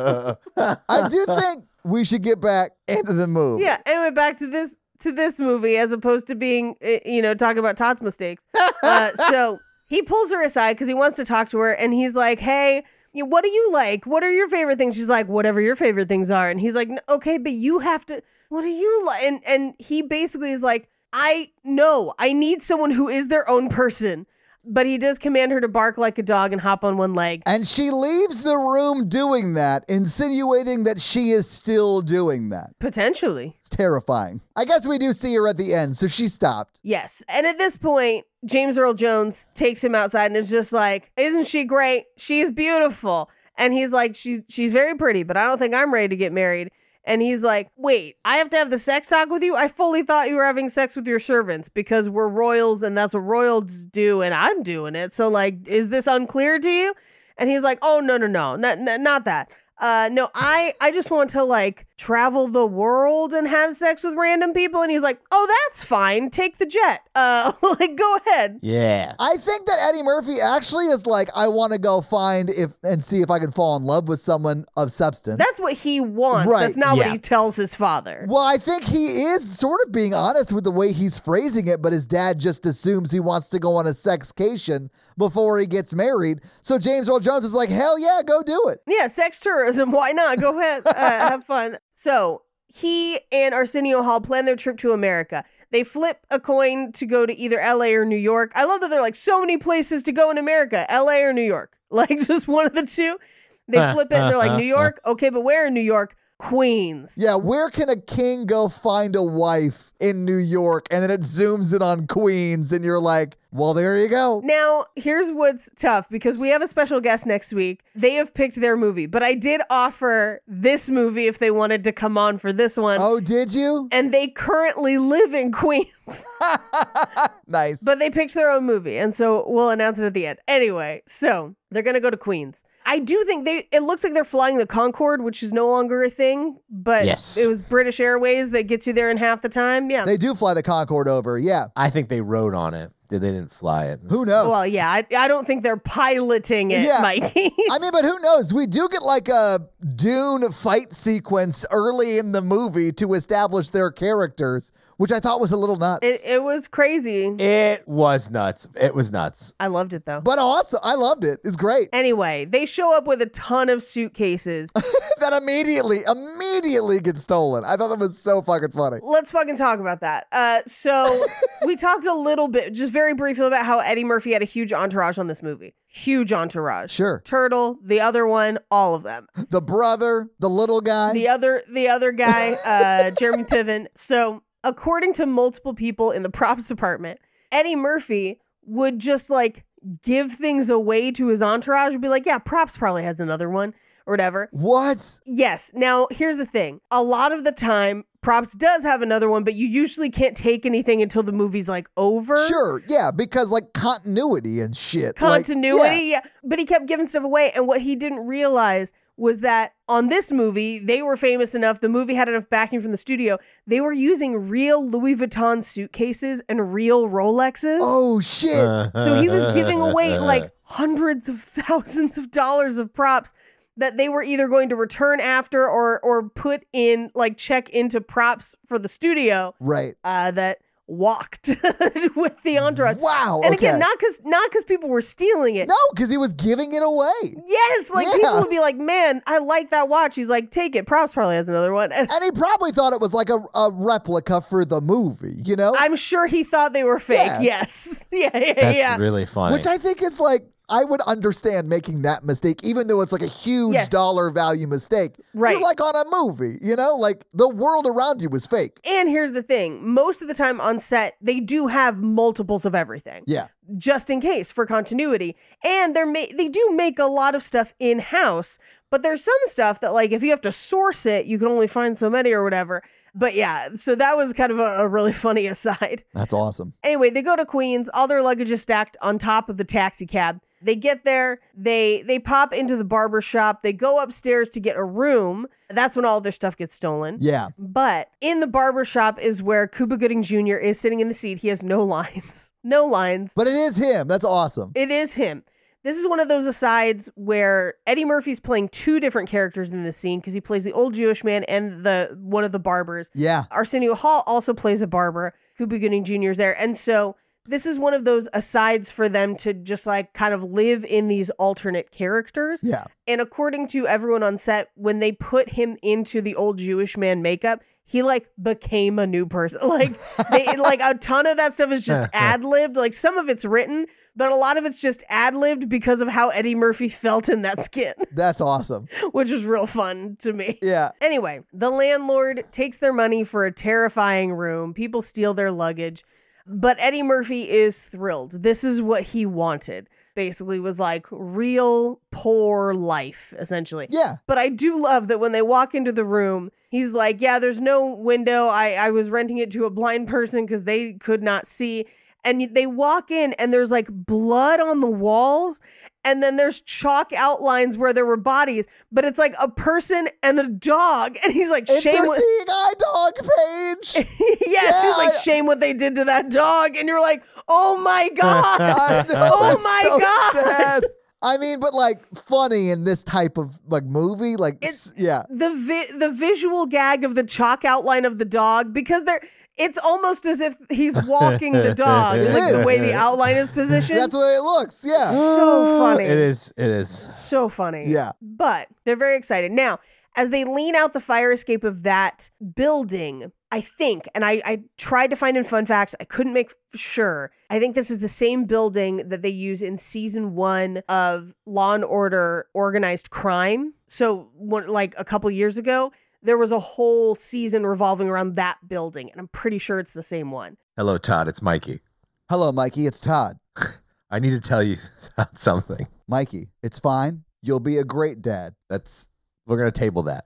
F: I do think we should get back into the movie.
E: Yeah. Anyway, back to this to this movie as opposed to being uh, you know talking about Todd's mistakes. Uh, so he pulls her aside because he wants to talk to her, and he's like, "Hey." you- What do you like? What are your favorite things? She's like, whatever your favorite things are. And he's like, "N- okay, but you have to. What do you like? And and he basically is like, I know I need someone who is their own person. But he does command her to bark like a dog and hop on one leg.
F: And she leaves the room doing that, insinuating that she is still doing that.
E: Potentially,
F: It's terrifying. I guess we do see her at the end, so she stopped.
E: Yes. And at this point, James Earl Jones takes him outside and is just like, Isn't she great? She's beautiful. And he's like, She's she's very pretty, but I don't think I'm ready to get married. And he's like, Wait, I have to have the sex talk with you? I fully thought you were having sex with your servants because we're royals and that's what royals do, and I'm doing it. So like, is this unclear to you? And he's like, Oh no, no, no, not not, not that. Uh no, I I just want to like travel the world and have sex with random people and he's like, "Oh, that's fine. Take the jet. Uh like go ahead."
D: yeah.
F: I think that Eddie Murphy actually is like, I want to go find if and see if I can fall in love with someone of substance.
E: That's what he wants.
F: Right,
E: That's not what
D: yeah.
E: he tells his father.
F: well, I think he is sort of being honest with the way he's phrasing it, but his dad just assumes he wants to go on a sexcation before he gets married. So James Earl Jones is like, hell yeah, go do it.
E: Yeah, sex tourism. Why not? Go ahead, uh, have fun. So he and Arsenio Hall plan their trip to America. They flip a coin to go to either LA or New York. I love that there are like so many places to go in America LA or New York. Like just one of the two. They flip it and they're like, New York? Okay, but where in New York? Queens.
F: Yeah, where can a king go find a wife in New York? And then it zooms in on Queens, and you're like, well, there you go.
E: Now, here's what's tough because we have a special guest next week. They have picked their movie, but I did offer this movie if they wanted to come on for this one.
F: Oh, did you?
E: And they currently live in Queens.
F: Nice.
E: But they picked their own movie, and so we'll announce it at the end. Anyway, so they're gonna go to Queens. I do think they. It looks like they're flying the Concorde, which is no longer a thing, but
D: Yes.
E: it was British Airways that gets you there in half the time. Yeah.
F: They do fly the Concorde over. Yeah.
D: I think they rode on it. They they didn't fly it.
F: Who knows?
E: well, yeah, I, I don't think they're piloting it,
F: Yeah.
E: Mikey.
F: I mean, but who knows? We do get like a Dune fight sequence early in the movie to establish their characters, which I thought was a little nuts.
E: it, it was crazy.
D: It was nuts. It was nuts.
E: I loved it though.
F: but awesome. I loved it. It's great.
E: Anyway, they show up with a ton of suitcases.
F: that immediately, immediately gets stolen. I thought that was so fucking funny.
E: Let's fucking talk about that. Uh, so we talked a little bit, just very briefly, about how Eddie Murphy had a huge entourage on this movie. Huge entourage.
F: Sure.
E: Turtle, the other one, all of them.
F: The brother, the little guy.
E: The other, the other guy, uh, Jeremy Piven. So according to multiple people in the props department, Eddie Murphy would just like give things away to his entourage and be like, "Yeah, props probably has another one." or whatever.
F: What?
E: Yes. Now, here's the thing. A lot of the time, props does have another one, but you usually can't take anything until the movie's like over.
F: Sure, yeah, because like continuity and shit. Like,
E: Continuity. yeah.
F: yeah.
E: But he kept giving stuff away. And what he didn't realize was that on this movie, they were famous enough. The movie had enough backing from the studio. They were using real Louis Vuitton suitcases and real Rolexes.
F: Oh shit.
D: Uh.
E: So he was giving away like hundreds of thousands of dollars of props that they were either going to return after or or put in like check into props for the studio
F: right.
E: uh, that walked with the entourage.
F: Wow.
E: And
F: okay.
E: again, not because not because people were stealing it.
F: No, because he was giving it away.
E: Yes, like
F: Yeah.
E: people would be like, "Man, I like that watch." He's like, "Take it." Props probably has another one. And
F: And he probably thought it was like a, a replica for the movie, you know?
E: I'm sure he thought they were fake.
F: Yeah.
E: Yes, yeah, yeah,
D: That's
E: yeah.
D: really funny.
F: Which I think is like, I would understand making that mistake, even though it's like a huge
E: Yes.
F: dollar value mistake.
E: Right.
F: You're like on a movie, you know? Like the world around you is fake.
E: And here's the thing most of the time on set, they do have multiples of everything
F: Yeah.
E: just in case for continuity. And they're ma- they do make a lot of stuff in house, but there's some stuff that, like, if you have to source it, you can only find so many or whatever. But yeah, so that was kind of a, a really funny aside.
F: That's awesome.
E: Anyway, they go to Queens. All their luggage is stacked on top of the taxi cab. They get there. They they pop into the barber shop. They go upstairs to get a room. That's when all their stuff gets stolen.
F: Yeah.
E: But in the barber shop is where Cuba Gooding Jr. is sitting in the seat. He has no lines. No lines.
F: But it is him. That's awesome.
E: It is him. This is one of those asides where Eddie Murphy's playing two different characters in this scene because he plays the old Jewish man and the one of the barbers.
F: yeah.
E: Arsenio Hall also plays a barber. Cuba Gooding Jr. is there. And so this is one of those asides for them to just like kind of live in these alternate characters.
F: Yeah.
E: And according to everyone on set, when they put him into the old Jewish man makeup, he like became a new person. Like they like a ton of that stuff is just ad libbed. Like some of it's written, but a lot of it's just ad libbed because of how Eddie Murphy felt in that skin,
F: That's awesome.
E: which is real fun to me.
F: Yeah.
E: Anyway, the landlord takes their money for a terrifying room. People steal their luggage. But Eddie Murphy is thrilled. This is what he wanted. Basically, was like real poor life, essentially.
F: Yeah.
E: But I do love that when they walk into the room, he's like, Yeah, there's no window. I, I was renting it to a blind person because they could not see. And they walk in, and there's like blood on the walls. And then there's chalk outlines where there were bodies, but it's like a person and a dog. And he's like,
F: If
E: Shame
F: you're
E: what.
F: seeing eye dog page.
E: yes, he's
F: Yeah,
E: like,
F: I-
E: Shame what they did to that dog. And you're like, Oh my God.
F: I know,
E: Oh
F: it's
E: my
F: so
E: God.
F: sad. I mean, but like funny in this type of like movie, like
E: It's-
F: s- yeah,
E: the vi- the visual gag of the chalk outline of the dog because they're it's almost as if he's walking the dog
F: It
E: like the
F: is.
E: way the outline is positioned
F: that's the way it looks. Yeah,
E: so funny
D: It is. It is.
E: so funny
F: Yeah.
E: but they're very excited now as they lean out the fire escape of that building i think and i i tried to find in fun facts i couldn't make sure i think this is the same building that they use in season one of law and order organized crime so one, like a couple years ago there was a whole season revolving around that building and i'm pretty sure it's the same one
D: Hello, Todd. It's Mikey.
F: hello, Mikey. It's Todd.
D: I need to tell you something.
F: Mikey, it's fine. You'll be a great dad.
D: That's we're gonna table that.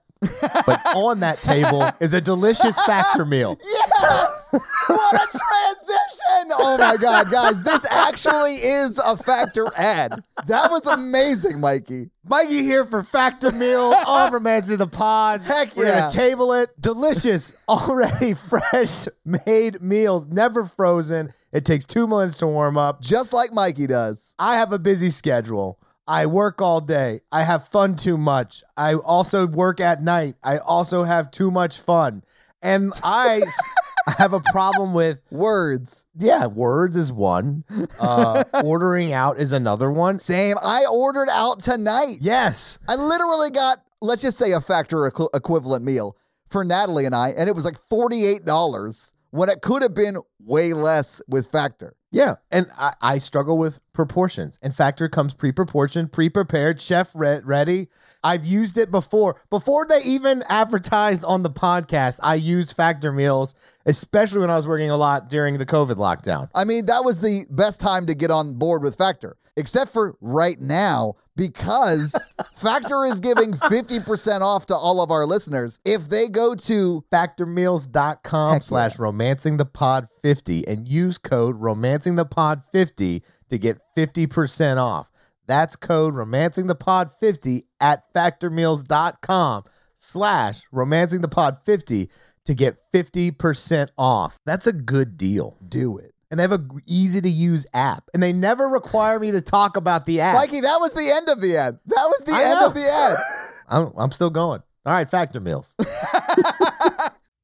D: But on that table is a delicious factor meal.
F: Yes! what a transition! Oh my God, guys, this actually is a factor ad. That was amazing, Mikey.
D: Mikey here for Factor Meal on Romance of the Pod.
F: Heck
D: We're
F: yeah.
D: gonna table it. Delicious, already fresh made meals, never frozen. It takes two minutes to warm up.
F: Just like Mikey does.
D: I have a busy schedule. I work all day. I have fun too much. I also work at night. I also have too much fun. And I s- have a problem with
F: Words.
D: yeah, words is one. Uh, ordering out is another one.
F: Same. I ordered out tonight.
D: Yes.
F: I literally got, let's just say, a factor equ- equivalent meal for Natalie and I, and it was like $48 when it could have been way less with factor.
D: Yeah. And I, I struggle with proportions. And factor comes pre proportioned, pre prepared, chef re- ready. I've used it before. Before they even advertised on the podcast, I used factor meals, especially when I was working a lot during the COVID lockdown.
F: I mean, that was the best time to get on board with Factor, except for right now, because Factor is giving 50% off to all of our listeners. If they go to
D: Factormeals.com
F: Heck yeah.
D: slash romancing the pod 50 and use code romancing the pod 50 to get 50% off. That's code romancing the pod 50 at factormeals.com slash romancing the pod 50 to get 50% off. That's a good deal.
F: do it.
D: and they have a easy to use app, and they never require me to talk about the app.
F: Mikey, that was the end of the ad. That was the
D: I
F: end
D: know.
F: of the ad.
D: I'm, I'm still going. All right, Factor Meals.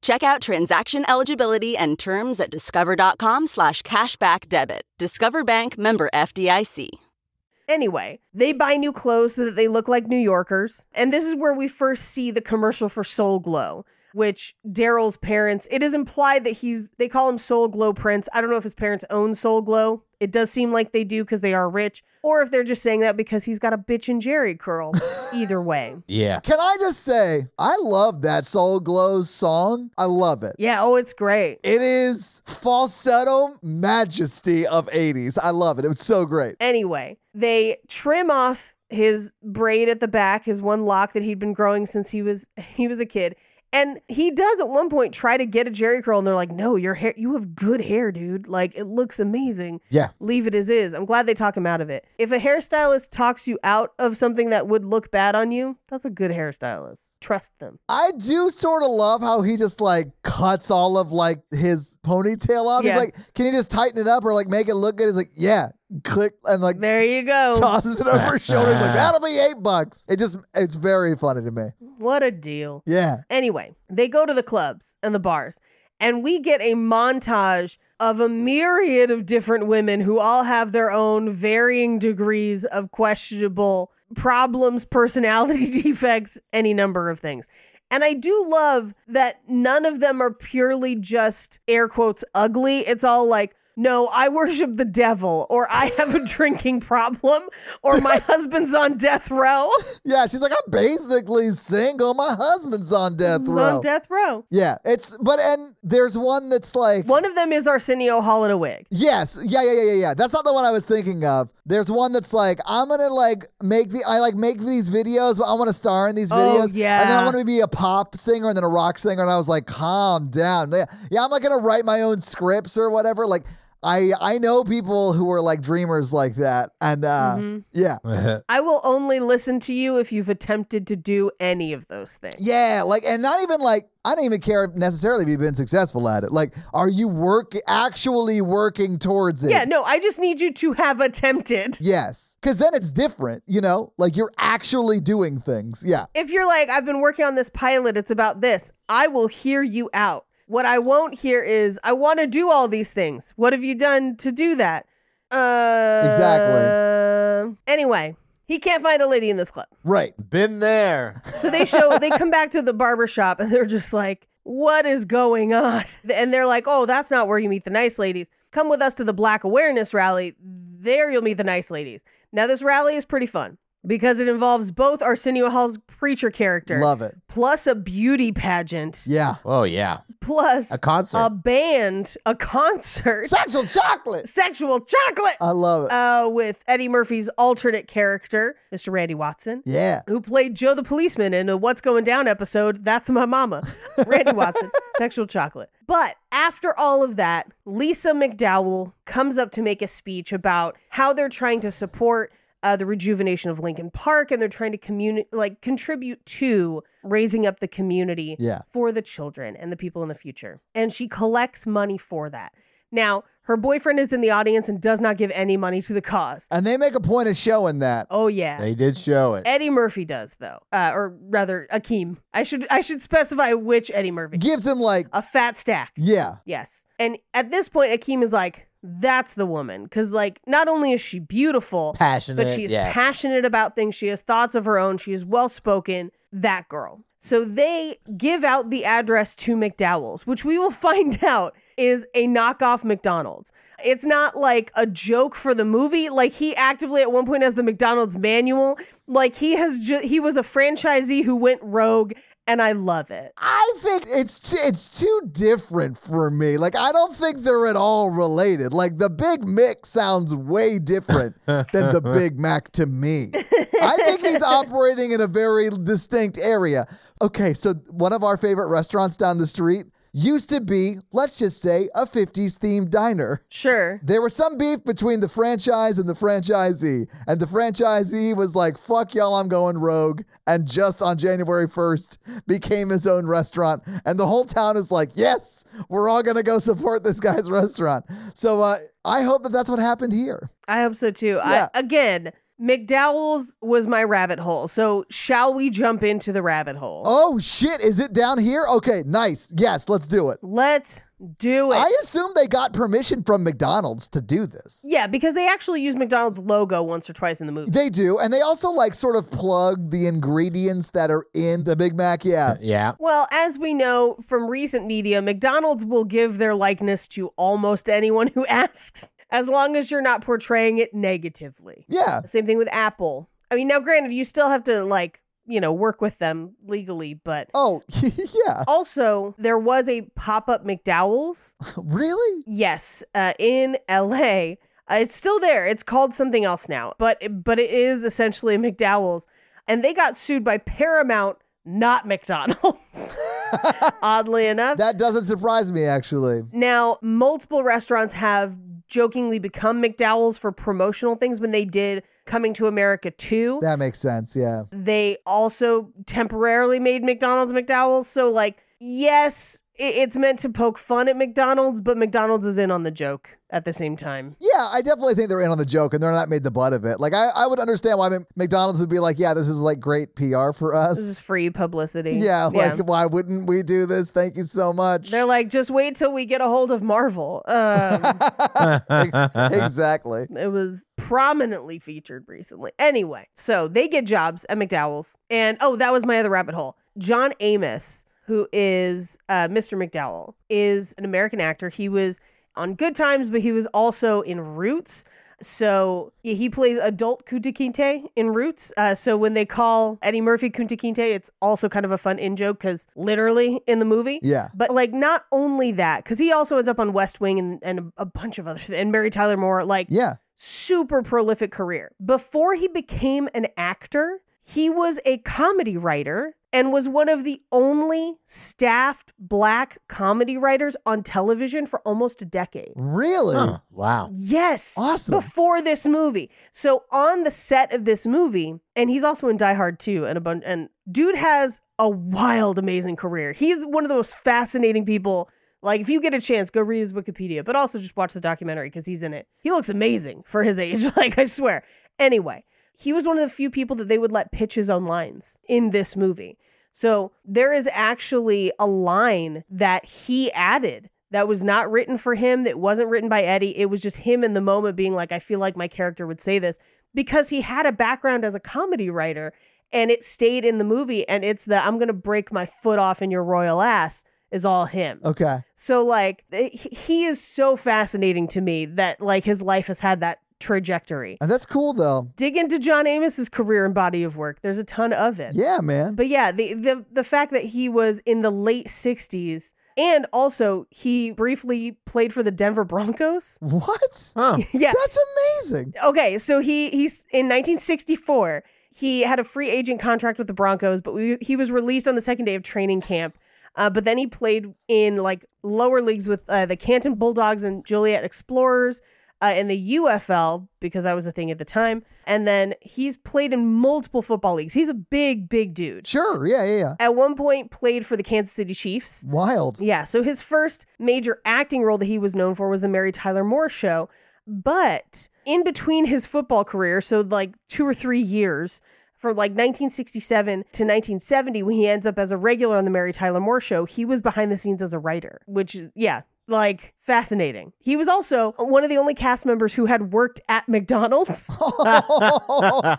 G: Check out transaction eligibility and terms at discover.com slash cashback debit. Discover Bank member FDIC.
E: Anyway, they buy new clothes so that they look like New Yorkers. And this is where we first see the commercial for Soul Glow, which Daryl's parents, it is implied that he's, they call him Soul Glow Prince. I don't know if his parents own Soul Glow. It does seem like they do because they are rich, or if they're just saying that because he's got a bitch and Jerry curl. Either way.
D: Yeah.
F: Can I just say, I love that Soul Glows song. I love it.
E: Yeah, oh, it's great.
F: It is falsetto majesty of 80s. I love it. It was so great.
E: Anyway, they trim off his braid at the back, his one lock that he'd been growing since he was he was a kid. And he does at one point try to get a Jerry curl, and they're like, "No, your hair, you have good hair, dude. Like it looks amazing.
D: Yeah.
E: leave it as is." I'm glad they talk him out of it. If a hairstylist talks you out of something that would look bad on you, that's a good hairstylist. Trust them.
F: I do sort of love how he just like cuts all of like his ponytail off.
E: Yeah.
F: He's like, can you just tighten it up or like make it look good? He's like, yeah, click and like
E: There you go.
F: tosses it over his shoulders. Like that'll be eight bucks. It just it's very funny to me.
E: What a deal.
F: Yeah,
E: Anyway, they go to the clubs and the bars, and we get a montage of a myriad of different women who all have their own varying degrees of questionable problems, personality defects, any number of things. And I do love that none of them are purely just air quotes ugly. It's all like, no, I worship the devil, or I have a drinking problem, or my husband's on death row.
F: yeah. She's like, I'm basically single. My husband's on death
E: He's
F: row.
E: on death row.
F: yeah, it's but and there's one that's like.
E: One of them is Arsenio Hall in a wig.
F: Yes. Yeah, yeah, yeah, yeah, yeah. That's not the one I was thinking of. There's one that's like, I'm gonna like make the I like make these videos, but I wanna star in these
E: Oh,
F: videos. And then I
E: yeah.
F: wanna be a pop singer and then a rock singer. And I was like, calm down. Yeah, yeah, I'm not gonna write my own scripts or whatever. Like I I know people who are like dreamers like that. And uh
E: Mm-hmm.
F: yeah.
E: I will only listen to you if you've attempted to do any of those things.
F: Yeah, like and not even like I don't even care necessarily if you've been successful at it. Like, are you work actually working towards it?
E: Yeah, no, I just need you to have attempted.
F: Yes. Because then it's different, you know? Like you're actually doing things. Yeah.
E: If you're like, I've been working on this pilot, it's about this, I will hear you out. What I won't hear is, I want to do all these things. What have you done to do that? Uh,
F: Exactly.
E: Anyway, he can't find a lady in this club.
F: Right.
D: Been there.
E: So they show they come back to the barber shop and they're just like, "What is going on?" And they're like, "Oh, that's not where you meet the nice ladies. Come with us to the Black Awareness Rally. There you'll meet the nice ladies." Now this rally is pretty fun because it involves both Arsenio Hall's preacher character
F: Love it.
E: plus a beauty pageant
F: Yeah.
D: Oh, yeah.
E: plus
D: A concert.
E: a band, a concert,
F: Sexual chocolate.
E: sexual chocolate
F: I love it.
E: uh, with Eddie Murphy's alternate character, Mr. Randy Watson
F: yeah.
E: who played Joe the policeman in the What's Going Down episode, That's My Mama, Randy Watson, Sexual Chocolate. But after all of that, Lisa McDowell comes up to make a speech about how they're trying to support uh, the rejuvenation of Lincoln Park and they're trying to communi- like contribute to raising up the community
F: Yeah.
E: for the children and the people in the future. And she collects money for that. Now, Her boyfriend is in the audience and does not give any money to the cause.
F: And they make a point of showing that.
E: Oh yeah.
D: They did show it.
E: Eddie Murphy does though. Uh, or rather Akeem. I should I should specify which Eddie Murphy.
F: Gives them like,
E: a fat stack.
F: yeah,
E: Yes. And at this point Akeem is like that's the woman cuz like not only is she beautiful
D: Passionate.
E: but she's
D: yeah.
E: passionate about things. She has thoughts of her own. She is well spoken. That girl. So they give out the address to McDowell's, which we will find out is a knockoff McDonald's. It's not like a joke for the movie. Like he actively at one point has the McDonald's manual. Like he has ju- he was a franchisee who went rogue and I love it.
F: I think it's too, it's too different for me. Like I don't think they're at all related. Like the Big Mick sounds way different than the Big Mac to me. I think he's operating in a very distinct area. Okay, so one of our favorite restaurants down the street used to be, let's just say, a 50s themed diner.
E: Sure.
F: There was some beef between the franchise and the franchisee, and the franchisee was like, "Fuck y'all, I'm going rogue," and just on January 1st became his own restaurant, and the whole town is like, "Yes, we're all gonna go support this guy's restaurant." So uh, I hope that that's what happened here.
E: I hope so too.
F: Yeah.
E: I, again, McDowell's was my rabbit hole. So shall we jump into the rabbit hole?
F: Oh shit, is it down here? Okay, nice. Yes, let's do it.
E: Let's do it.
F: I assume they got permission from McDonald's to do this.
E: yeah, because they actually use McDonald's logo once or twice in the movie.
F: They do, and they also like sort of plug the ingredients that are in the Big Mac. Yeah.
D: yeah.
E: well, as we know from recent media, McDonald's will give their likeness to almost anyone who asks, as long as you're not portraying it negatively.
F: Yeah.
E: Same thing with Apple. I mean, now granted, you still have to like, you know, work with them legally, but
F: Oh, yeah.
E: also there was a pop-up McDowell's
F: Really?
E: Yes, uh, in LA. Uh, it's still there. It's called something else now, but but it is essentially a McDowell's, and they got sued by Paramount, not McDonald's. Oddly enough,
F: That doesn't surprise me, actually.
E: now multiple restaurants have jokingly become McDowell's for promotional things when they did Coming to America too.
F: That makes sense. Yeah.
E: they also temporarily made McDonald's McDowell's. So like, yes, i- it's meant to poke fun at McDonald's, but McDonald's is in on the joke at the same time.
F: Yeah, I definitely think they're in on the joke and they're not made the butt of it. Like, I, I would understand why Mc- McDonald's would be like, yeah, this is like great PR for
E: This is
F: us.
E: free publicity.
F: Yeah, like, why wouldn't we do this? Thank you so much.
E: They're like, just wait till we get a hold of Marvel. Um,
D: Uh-huh.
F: exactly.
E: it was prominently featured recently. Anyway, so they get jobs at McDowell's. And oh, that was my other rabbit hole. John Amos, who is uh, Mr. McDowell, is an American actor. He was on Good Times, but he was also in Roots. So yeah, he plays adult Kunta Kinte in Roots. Uh, so when they call Eddie Murphy Kunta Kinte, it's also kind of a fun in joke because literally in the movie.
F: Yeah.
E: But like not only that, because he also ends up on West Wing and, and a, a bunch of other things, and Mary Tyler Moore. Like
F: Yeah.
E: super prolific career. Before he became an actor, he was a comedy writer and was one of the only staffed black comedy writers on television for almost a decade.
F: Really?
D: Huh, Wow.
E: Yes.
F: Awesome.
E: Before this movie. So on the set of this movie, and he's also in Die Hard too, and a bunch and dude has a wild, amazing career. He's one of the most fascinating people. Like if you get a chance, go read his Wikipedia, but also just watch the documentary because he's in it. He looks amazing for his age, like I swear. Anyway, he was one of the few people that they would let pitch his own lines in this movie. So there is actually a line that he added that was not written for him, that wasn't written by Eddie. It was just him in the moment being like, I feel like my character would say this because he had a background as a comedy writer and it stayed in the movie. And it's the I'm going to break my foot off in your royal ass is all him.
F: Okay.
E: So like eh, he- he is so fascinating to me that like his life has had that trajectory.
F: And that's cool, though.
E: Dig into John Amos's career and body of work. There's a ton of it.
F: Yeah, man.
E: But yeah, the, the the fact that he was in the late 60s and also he briefly played for the Denver Broncos.
F: what?
D: Huh.
E: yeah.
F: That's amazing.
E: Okay, so he he's in 1964, he had a free agent contract with the Broncos, but we, he was released on the second day of training camp. Uh, but then he played in like lower leagues with uh, the Canton Bulldogs and Joliet Explorers. uh, in the UFL because that was a thing at the time. And then he's played in multiple football leagues. He's a big, big dude.
F: Sure. Yeah. Yeah. Yeah.
E: At one point, played for the Kansas City Chiefs.
F: Wild.
E: Yeah, so his first major acting role that he was known for was the Mary Tyler Moore show. But in between his football career, so like two or three years, from like 1967 to 1970, when he ends up as a regular on the Mary Tyler Moore show, he was behind the scenes as a writer, which, yeah, like fascinating. He was also one of the only cast members who had worked at McDonald's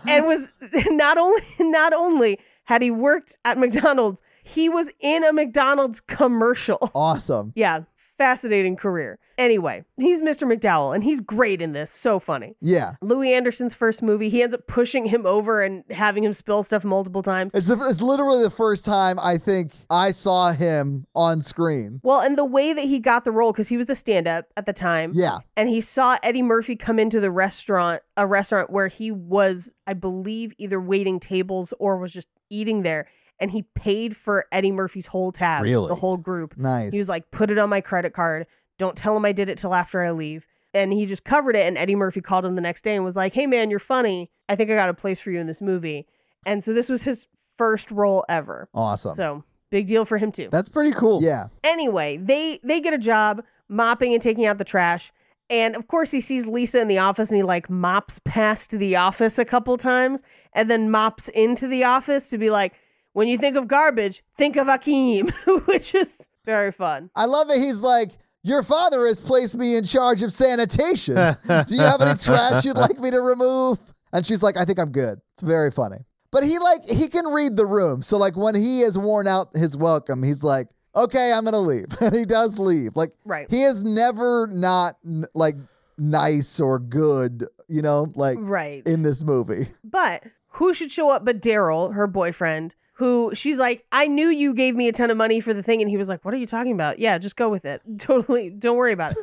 E: and was not only not only had he worked at McDonald's, he was in a McDonald's commercial.
F: Awesome.
E: Yeah, fascinating career. Anyway, he's Mr. McDowell and he's great in this. So funny.
F: Yeah.
E: Louis Anderson's first movie, he ends up pushing him over and having him spill stuff multiple times.
F: It's, the, it's literally the first time I think I saw him on screen.
E: Well, and the way that he got the role, because he was a stand up at the time.
F: Yeah.
E: And he saw Eddie Murphy come into the restaurant, a restaurant where he was, I believe, either waiting tables or was just eating there. And he paid for Eddie Murphy's whole tab,
D: Really?
E: the whole group.
F: Nice.
E: He was like, put it on my credit card. Don't tell him I did it till after I leave. And he just covered it. And Eddie Murphy called him the next day and was like, hey, man, you're funny. I think I got a place for you in this movie. And so this was his first role ever.
F: awesome.
E: So big deal for him, too.
D: That's pretty cool.
F: yeah.
E: anyway, they, they get a job mopping and taking out the trash. And of course, he sees Lisa in the office and he like mops past the office a couple times and then mops into the office to be like, when you think of garbage, think of Akeem, which is very fun.
F: I love that he's like, Your father has placed me in charge of sanitation. Do you have any trash you'd like me to remove? And she's like, I think I'm good. It's very funny. But he like he can read the room. So like when he has worn out his welcome, he's like, Okay, I'm gonna leave. And he does leave. Like
E: Right.
F: he is never not n- like nice or good, you know, like
E: Right.
F: in this movie.
E: But who should show up but Daryl, her boyfriend, who she's like, I knew you gave me a ton of money for the thing. And he was like, What are you talking about? Yeah, just go with it. Totally. Don't worry about it.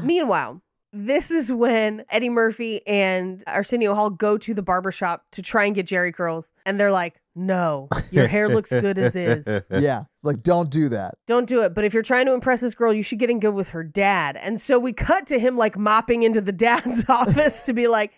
E: Meanwhile, this is when Eddie Murphy and Arsenio Hall go to the barbershop to try and get Jerry curls. And they're like, No, your hair looks good as is.
F: yeah. Like, don't do that.
E: Don't do it. But if you're trying to impress this girl, you should get in good with her dad. And so we cut to him like mopping into the dad's office to be like,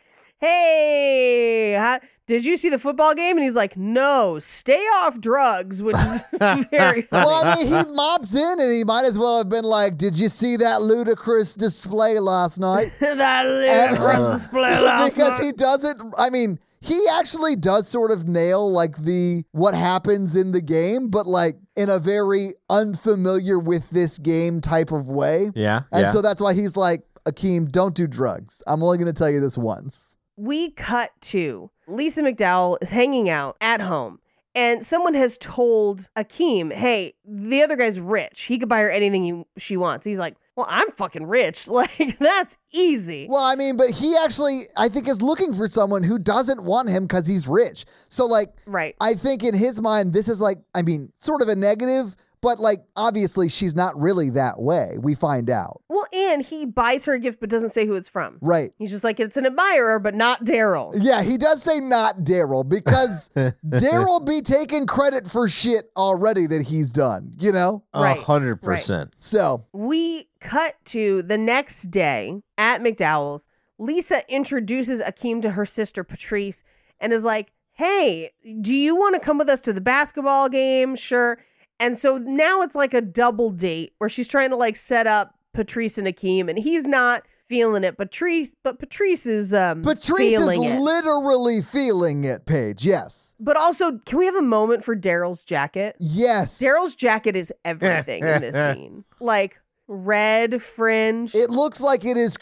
E: hey, how, did you see the football game? And he's like, no, stay off drugs, which is very funny.
F: Well, I mean, he mops in and he might as well have been like, Did you see that ludicrous display last night?
E: that
F: And- uh,
E: little display last
F: because
E: night.
F: he doesn't. I mean, he actually does sort of nail like the what happens in the game, but like in a very unfamiliar with this game type of way.
D: Yeah.
F: And
D: yeah.
F: so that's why he's like, Akeem, don't do drugs. I'm only going to tell you this once.
E: we cut to Lisa McDowell is hanging out at home. And someone has told Akeem, hey, the other guy's rich. He could buy her anything he, she wants. He's like, well, I'm fucking rich. Like, that's easy.
F: Well, I mean, but he actually, I think, is looking for someone who doesn't want him because he's rich. So, like,
E: Right.
F: I think in his mind, this is like, I mean, sort of a negative, but like, obviously, she's not really that way. We find out.
E: Well, and he buys her a gift but doesn't say who it's from.
F: Right.
E: He's just like, it's an admirer, but not Daryl.
F: Yeah, he does say not Daryl because Daryl be taking credit for shit already that he's done, you know?
D: A
E: Right,
D: hundred percent.
F: So,
E: We cut to the next day at McDowell's. Lisa introduces Akeem to her sister Patrice and is like, hey, do you want to come with us to the basketball game? Sure. And so now it's like a double date where she's trying to like set up Patrice and Akeem, and he's not feeling it. Patrice, but Patrice is um
F: Patrice
E: feeling
F: is
E: it.
F: literally feeling it, Paige. Yes.
E: but also, can we have a moment for Daryl's jacket?
F: Yes.
E: Daryl's jacket is everything in this scene. Like red fringe.
F: It looks like it is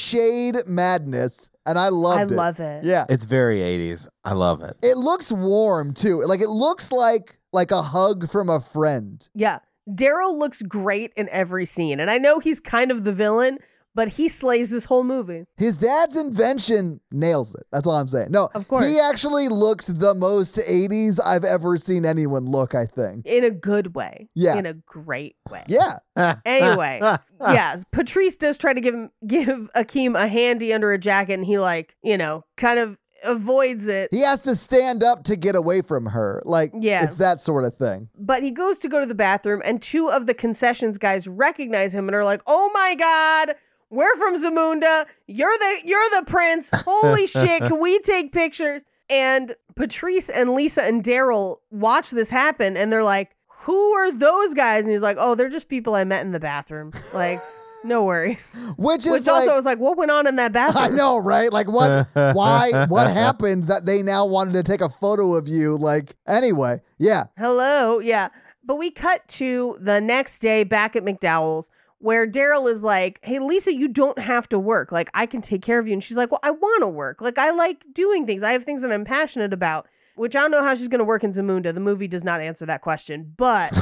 F: crocheted madness, and I loved
E: I
F: it.
E: love it.
F: Yeah.
D: It's very 80s. I love it.
F: It looks warm too. Like it looks like like a hug from a friend.
E: Yeah. Daryl looks great in every scene. And I know he's kind of the villain, but he slays this whole movie.
F: His dad's invention nails it. That's all I'm saying. No,
E: Of course.
F: he actually looks the most 80s I've ever seen anyone look. I think.
E: In a good way.
F: Yeah.
E: In a great way.
F: Yeah,
E: Anyway. yes. Patrice does try to give him give Akeem a handy under a jacket and he like, you know, kind of avoids it.
F: he has to stand up to get away from her. Like,
E: Yeah.
F: it's that sort of thing.
E: but he goes to go to the bathroom and two of the concessions guys recognize him and are like, "Oh my god, We're from Zamunda. You're the you're the prince. Holy shit! Can we take pictures?" And Patrice and Lisa and Daryl watch this happen, and they're like, "Who are those guys?" And he's like, "Oh, they're just people I met in the bathroom. Like, no worries."
F: Which is
E: Which
F: like,
E: also was like, "What went on in that bathroom?"
F: I know, right? Like what why what happened that they now wanted to take a photo of you? Like anyway, yeah.
E: Hello. Yeah. But we cut to the next day back at McDowell's where Daryl is like, Hey, Lisa, you don't have to work. Like, I can take care of you. And she's like, Well, I want to work. Like, I like doing things. I have things that I'm passionate about, which I don't know how she's going to work in Zamunda. The movie does not answer that question, but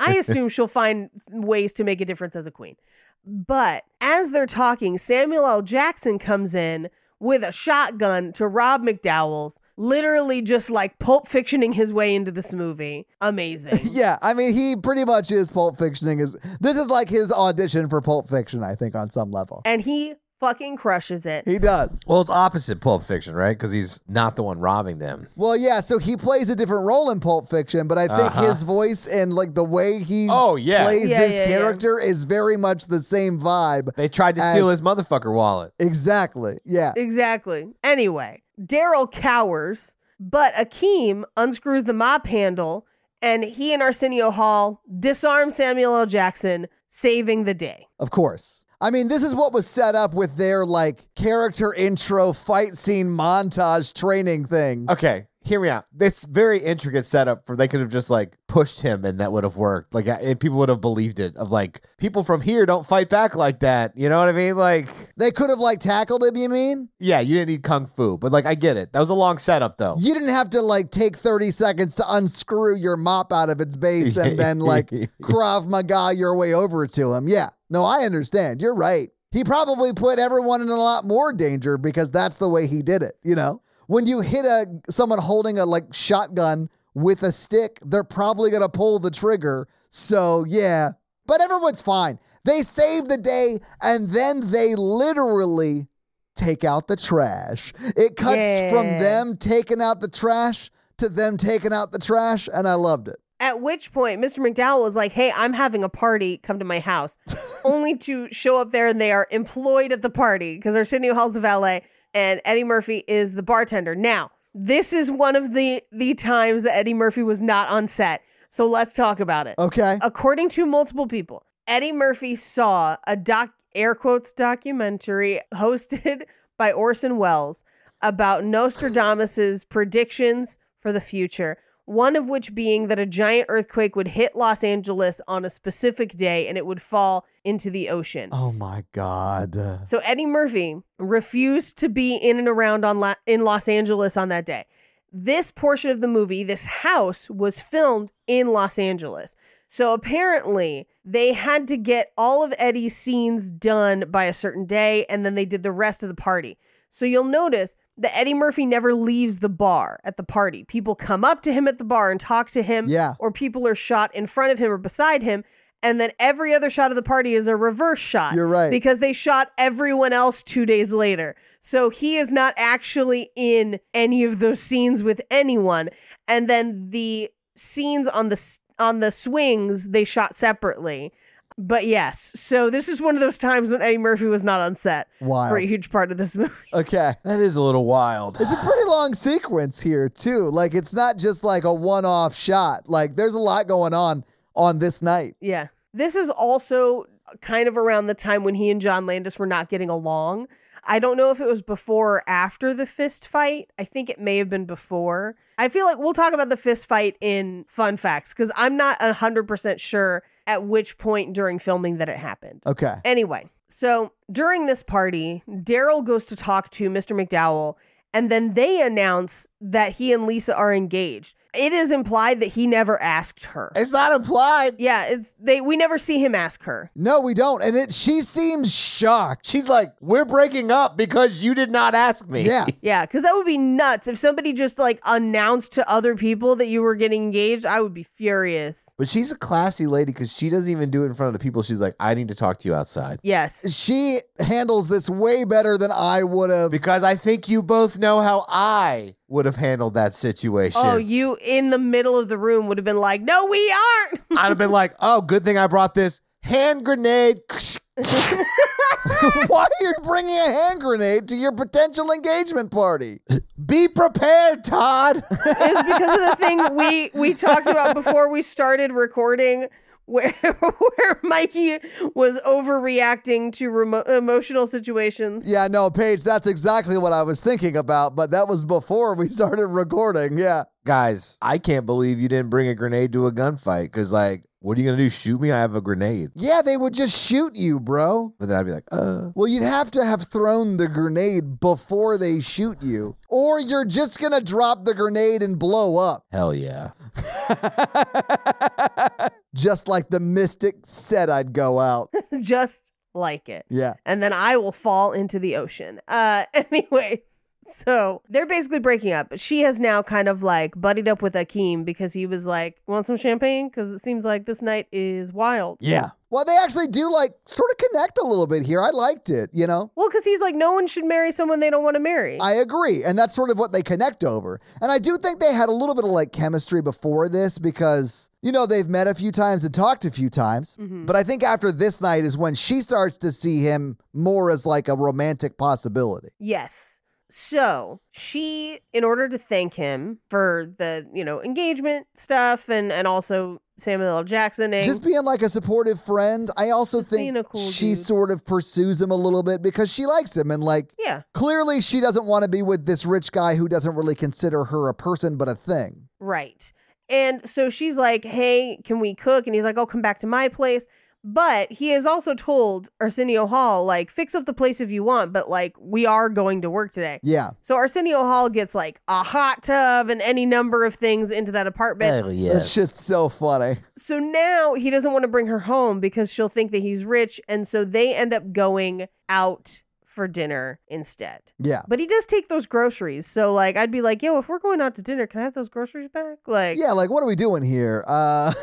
E: I assume she'll find ways to make a difference as a queen. But as they're talking, Samuel L. Jackson comes in with a shotgun to Rob McDowell's, literally just like pulp fictioning his way into this movie. Amazing.
F: Yeah, I mean he pretty much is Pulp Fictioning is this is like his audition for Pulp Fiction, I think, on some level.
E: and he fucking crushes it.
F: He does.
D: Well, it's opposite Pulp Fiction, right? Because he's not the one robbing them.
F: Well, yeah, so he plays a different role in Pulp Fiction, but I think his voice and like the way he
D: Uh-huh. Oh, yeah.
F: plays
E: Yeah,
F: this
E: yeah, yeah.
F: character is very much the same vibe.
D: They tried to steal
F: As-
D: his motherfucker wallet.
F: Exactly. Yeah.
E: Exactly. Anyway, Daryl cowers, but Akeem unscrews the mop handle and he and Arsenio Hall disarm Samuel L. Jackson, saving the day.
F: Of course. I mean, this is what was set up with their like character intro fight scene montage training thing.
D: Okay, hear me out. It's very intricate setup for they could have just like pushed him and that would have worked. Like I- and people would have believed it. Of like people from here don't fight back like that. You know what I mean? Like
F: They could have like tackled him, you mean?
D: yeah, you didn't need kung fu, but like I get it. That was a long setup though.
F: You didn't have to like take 30 seconds to unscrew your mop out of its base and then like Krav Maga your way over to him. Yeah. No, I understand. You're right. He probably put everyone in a lot more danger because that's the way he did it, you know? When you hit a someone holding a like shotgun with a stick, they're probably going to pull the trigger. So, yeah. But everyone's fine. They save the day and then they literally take out the trash. It cuts from
E: Yeah.
F: them taking out the trash to them taking out the trash, and I loved it.
E: At which point, Mr. McDowell was like, Hey, I'm having a party. Come to my house. Only to show up there and they are employed at the party because Arsenio Hall's the valet and Eddie Murphy is the bartender. Now, this is one of the, the times that Eddie Murphy was not on set. So let's talk about it.
F: Okay.
E: According to multiple people, Eddie Murphy saw a doc air quotes documentary hosted by Orson Welles about Nostradamus's predictions for the future, one of which being that a giant earthquake would hit Los Angeles on a specific day and it would fall into the ocean.
F: Oh my God.
E: So Eddie Murphy refused to be in and around on La- in Los Angeles on that day. This portion of the movie, this house was filmed in Los Angeles. So apparently, they had to get all of Eddie's scenes done by a certain day and then they did the rest of the party. So you'll notice that Eddie Murphy never leaves the bar at the party. People come up to him at the bar and talk to him
F: Yeah.
E: or people are shot in front of him or beside him and then every other shot of the party is a reverse shot
F: You're right.
E: because they shot everyone else two days later. So he is not actually in any of those scenes with anyone. And then the scenes on the s- on the swings they shot separately. But yes, so this is one of those times when Eddie Murphy was not on set for
F: Wild.
E: a huge part of this movie.
F: Okay.
D: that is a little wild.
F: It's a pretty long sequence here, too. Like, it's not just like a one off shot. Like, there's a lot going on on this night.
E: Yeah. This is also kind of around the time when he and John Landis were not getting along. I don't know if it was before or after the fist fight. I think it may have been before. I feel like we'll talk about the fist fight in fun facts because I'm not 100% sure at which point during filming that it happened.
F: Okay.
E: Anyway, so during this party, Daryl goes to talk to Mr. McDowell, and then they announce that he and Lisa are engaged. It is implied that he never asked her.
D: It's not implied.
E: Yeah, it's they we never see him ask her.
F: No, we don't. And it she seems shocked.
D: She's like, we're breaking up because you did not ask me.
F: Yeah.
E: Yeah, cuz that would be nuts if somebody just like announced to other people that you were getting engaged, I would be furious.
D: But she's a classy lady because she doesn't even do it in front of the people. She's like, I need to talk to you outside.
E: Yes.
F: She handles this way better than I would have.
D: Because I think you both know how I would have handled that situation.
E: Oh, you in the middle of the room would have been like, "No, we aren't."
D: I'd have been like, oh, good thing I brought this hand grenade.
F: Why are you bringing a hand grenade to your potential engagement party?
D: Be prepared, Todd.
E: It's because of the thing we we talked about before we started recording, where where Mikey was overreacting to remo- emotional situations.
F: Yeah, no, Paige, that's exactly what I was thinking about, but that was before we started recording. Yeah.
D: Guys, I can't believe you didn't bring a grenade to a gunfight because, like, what are you going to do? Shoot me? I have a grenade.
F: Yeah, they would just shoot you, bro.
D: But then I'd be like, uh.
F: Well, you'd have to have thrown the grenade before they shoot you, or you're just going to drop the grenade and blow up,
D: Hell yeah.
F: just like the mystic said I'd go out.
E: Just like it.
F: Yeah.
E: and then I will fall into the ocean. Uh, anyways, so they're basically breaking up. But she has now kind of like buddied up with Akeem because he was like, "Want some champagne?" Because it seems like this night is wild.
F: Yeah. Well, they actually do like sort of connect a little bit here. I liked it, you know?
E: Well, because he's like, no one should marry someone they don't want to marry.
F: I agree. And that's sort of what they connect over. And I do think they had a little bit of like chemistry before this because, you know, they've met a few times and talked a few times.
E: Mm-hmm.
F: But I think after this night is when she starts to see him more as like a romantic possibility.
E: yes. So she, in order to thank him for the you know engagement stuff and and also Samuel L. Jacksoning,
F: Just being like a supportive friend. I also
E: Just being
F: think
E: a cool
F: she
E: dude.
F: sort of pursues him a little bit because she likes him and like
E: yeah,
F: clearly she doesn't want to be with this rich guy who doesn't really consider her a person but a thing.
E: Right. And so she's like, hey, can we cook? And he's like, oh, come back to my place. But he has also told Arsenio Hall, like, fix up the place if you want, but like, we are going to work today.
F: Yeah.
E: So Arsenio Hall gets like a hot tub and any number of things into that apartment.
D: Hell
F: That
D: yes.
F: shit's so funny.
E: So now he doesn't want to bring her home because she'll think that he's rich. And so they end up going out for dinner instead.
F: Yeah.
E: But he does take those groceries. So, like, I'd be like, yo, if we're going out to dinner, can I have those groceries back? Like,
F: Yeah, like what are we doing here? Uh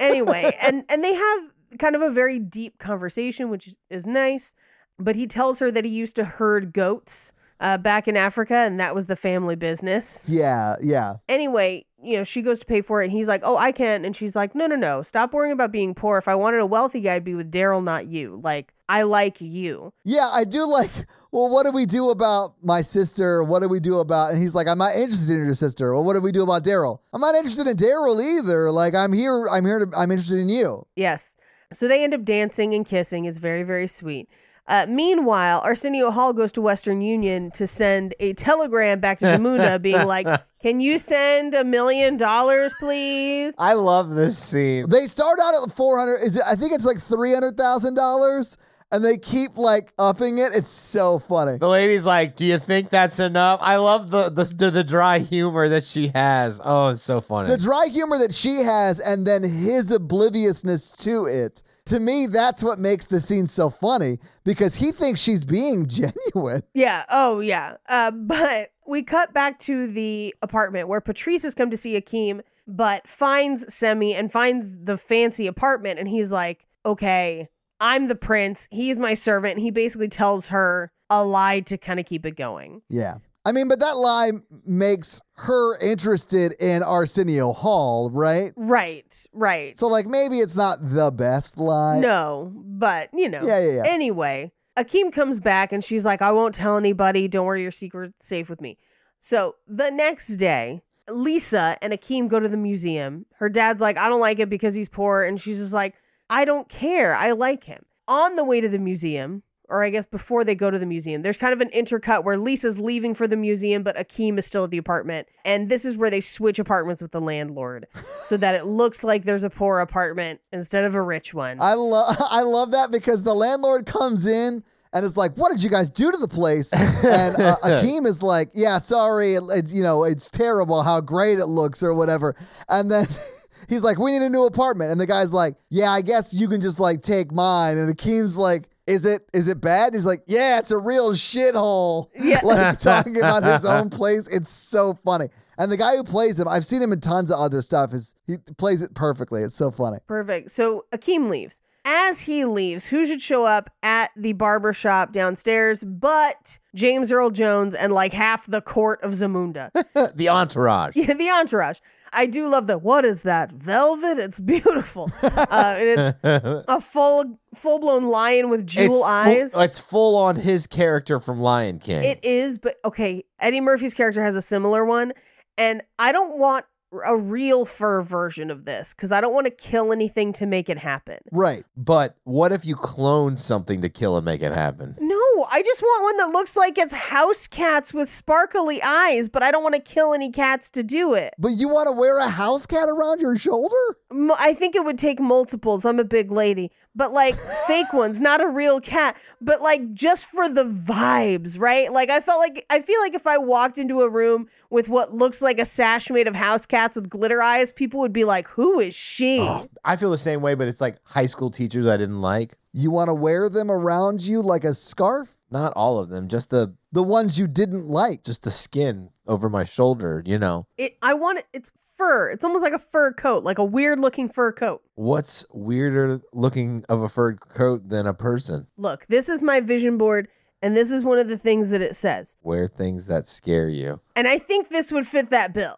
E: anyway, and and they have kind of a very deep conversation, which is, is nice. But he tells her that he used to herd goats uh, back in Africa, and that was the family business.
F: Yeah, yeah.
E: Anyway, you know, she goes to pay for it, and he's like, "Oh, I can't," and she's like, "No, no, no, stop worrying about being poor. If I wanted a wealthy guy, I'd be with Daryl, not you. Like, I like you."
F: Yeah, I do like, well, what do we do about my sister? What do we do about? And he's like, I'm not interested in your sister. Well, what do we do about Daryl? I'm not interested in Daryl either. Like, I'm here, I'm here to, I'm interested in you.
E: Yes. So they end up dancing and kissing. It's very, very sweet. Uh, meanwhile, Arsenio Hall goes to Western Union to send a telegram back to Zamunda being like, Can you send a million dollars, please?
D: I love this scene.
F: They start out at 400, is it, I think it's like $300,000 and they keep like upping it. It's so funny.
D: The lady's like, "Do you think that's enough?" I love the the the, the dry humor that she has. Oh, it's so funny.
F: The dry humor that she has and then his obliviousness to it. To me, that's what makes the scene so funny because he thinks she's being genuine.
E: Yeah. Oh, yeah. Uh, but we cut back to the apartment where Patrice has come to see Akeem, but finds Semi and finds the fancy apartment. And he's like, okay, I'm the prince. He's my servant. He basically tells her a lie to kind of keep it going.
F: Yeah. I mean, but that lie makes her interested in Arsenio Hall, right?
E: Right, right.
F: So, like, maybe it's not the best lie.
E: no, but you know.
F: Yeah, yeah, yeah.
E: Anyway, Akeem comes back and she's like, I won't tell anybody. Don't worry, your secret's safe with me. So the next day, Lisa and Akeem go to the museum. Her dad's like, I don't like it because he's poor. And she's just like, I don't care. I like him. On the way to the museum, or I guess before they go to the museum, there's kind of an intercut where Lisa's leaving for the museum, but Akeem is still at the apartment. And this is where they switch apartments with the landlord so that it looks like there's a poor apartment instead of a rich one.
F: I love I love that because the landlord comes in and it's like, "What did you guys do to the place?" And uh, Akeem is like, "Yeah, sorry, it, it- you know, it's terrible how great it looks or whatever." And then he's like, "We need a new apartment," and the guy's like, "Yeah, I guess you can just like take mine." And Akeem's like. Is it is it bad? And he's like, yeah, it's a real shithole.
E: Yeah.
F: like talking about his own place. It's so funny. And the guy who plays him, I've seen him in tons of other stuff. Is he plays it perfectly? It's so funny.
E: Perfect. So Akeem leaves. As he leaves, who should show up at the barber shop downstairs but James Earl Jones and like half the court of Zamunda?
D: the entourage.
E: Yeah, the entourage. I do love the what is that velvet? It's beautiful, uh, and it's a full full blown lion with jewel
D: full-
E: eyes.
D: it's full on his character from Lion King.
E: it is, but okay. Eddie Murphy's character has a similar one, and I don't want a real fur version of this because I don't want to kill anything to make it happen.
F: Right.
D: but what if you clone something to kill and make it happen?
E: No, I just want one that looks like it's house cats with sparkly eyes, but I don't want to kill any cats to do it.
F: But you want to wear a house cat around your shoulder?
E: M- I think it would take multiples. I'm a big lady, but like fake ones, not a real cat, but like just for the vibes, right? Like I felt like I feel like if I walked into a room with what looks like a sash made of house cats with glitter eyes, people would be like, "Who is she?"
D: I feel the same way, but it's like high school teachers I didn't like.
F: You want to wear them around you like a scarf?
D: Not all of them, just the
F: The ones you didn't like.
D: just the skin over my shoulder, you know.
E: It, I want it, it's fur. It's almost like a fur coat, like a weird looking fur coat.
D: What's weirder looking of a fur coat than a person?
E: Look, this is my vision board and this is one of the things that it says.
D: Wear things that scare you.
E: And I think this would fit that bill.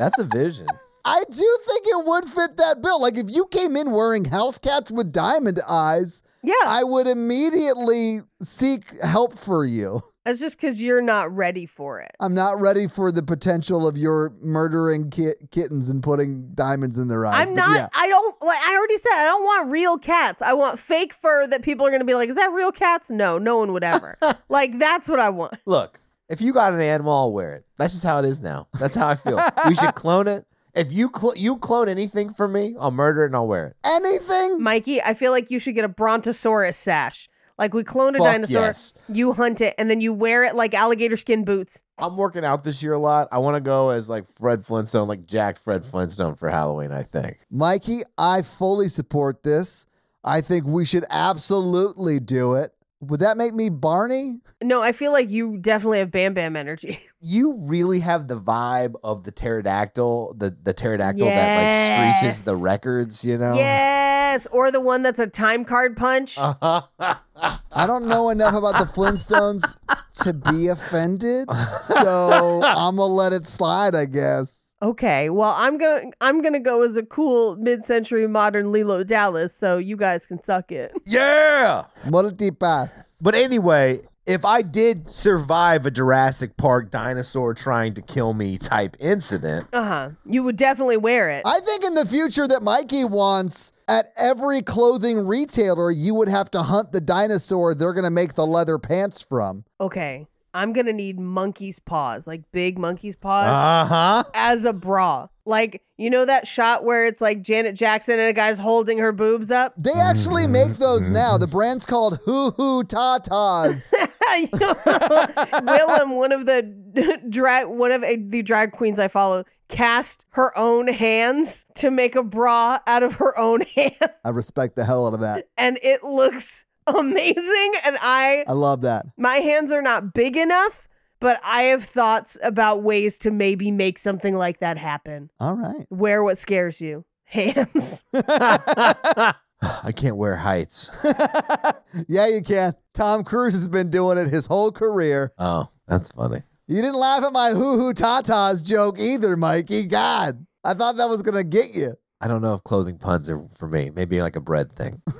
D: That's a vision.
F: I do think it would fit that bill. Like if you came in wearing house cats with diamond eyes,
E: Yeah.
F: I would immediately seek help for you.
E: That's just because you're not ready for it.
F: I'm not ready for the potential of your murdering kit- kittens and putting diamonds in their eyes.
E: I'm
F: but
E: not.
F: yeah.
E: I don't like. I already said I don't want real cats. I want fake fur that people are going to be like, "Is that real cats?" No, no one would ever. like that's what I want.
D: Look, if you got an animal, I'll wear it. That's just how it is now. That's how I feel. we should clone it. If you cl- you clone anything for me, I'll murder it and I'll wear it.
F: anything.
E: Mikey, I feel like you should get a brontosaurus sash. Like we clone a
D: Fuck
E: dinosaur,
D: yes.
E: you hunt it, and then you wear it like alligator skin boots.
D: I'm working out this year a lot. I want to go as like Fred Flintstone, like Jack Fred Flintstone for Halloween. I think.
F: Mikey, I fully support this. I think we should absolutely do it. Would that make me Barney?
E: No, I feel like you definitely have Bam Bam energy.
D: You really have the vibe of the pterodactyl, the the pterodactyl that like
E: Yes.
D: screeches the records. You know.
E: Yes, or the one that's a time card punch.
D: Uh-huh.
F: I don't know enough about the Flintstones to be offended, so I'm gonna let it slide, I guess.
E: Okay, well, I'm going. I'm gonna go as a cool mid-century modern Lilo Dallas, so you guys can suck it.
D: Yeah.
F: Multipass.
D: But anyway, if I did survive a Jurassic Park dinosaur trying to kill me type incident,
E: Uh huh. You would definitely wear it.
F: I think in the future that Mikey wants at every clothing retailer, you would have to hunt the dinosaur they're gonna make the leather pants from.
E: okay, I'm gonna need monkey's paws, like big monkey's paws,
D: uh huh.
E: as a bra. Like you know that shot where it's like Janet Jackson and a guy's holding her boobs up.
F: They actually make those now. The brand's called Hoo Hoo Tatas.
E: Willem, one of the drag, one of the drag queens I follow, cast her own hands to make a bra out of her own hands.
F: I respect the hell out of that.
E: and it looks amazing and i
F: I love that.
E: my hands are not big enough but i have thoughts about ways to maybe make something like that happen
F: All right.
E: wear what scares you hands
D: I can't wear heights.
F: yeah, you can. Tom Cruise has been doing it his whole career.
D: Oh, that's funny.
F: You didn't laugh at my hoo hoo tatas joke either, Mikey. God, I thought that was going to get you.
D: I don't know if clothing puns are for me. Maybe like a bread thing.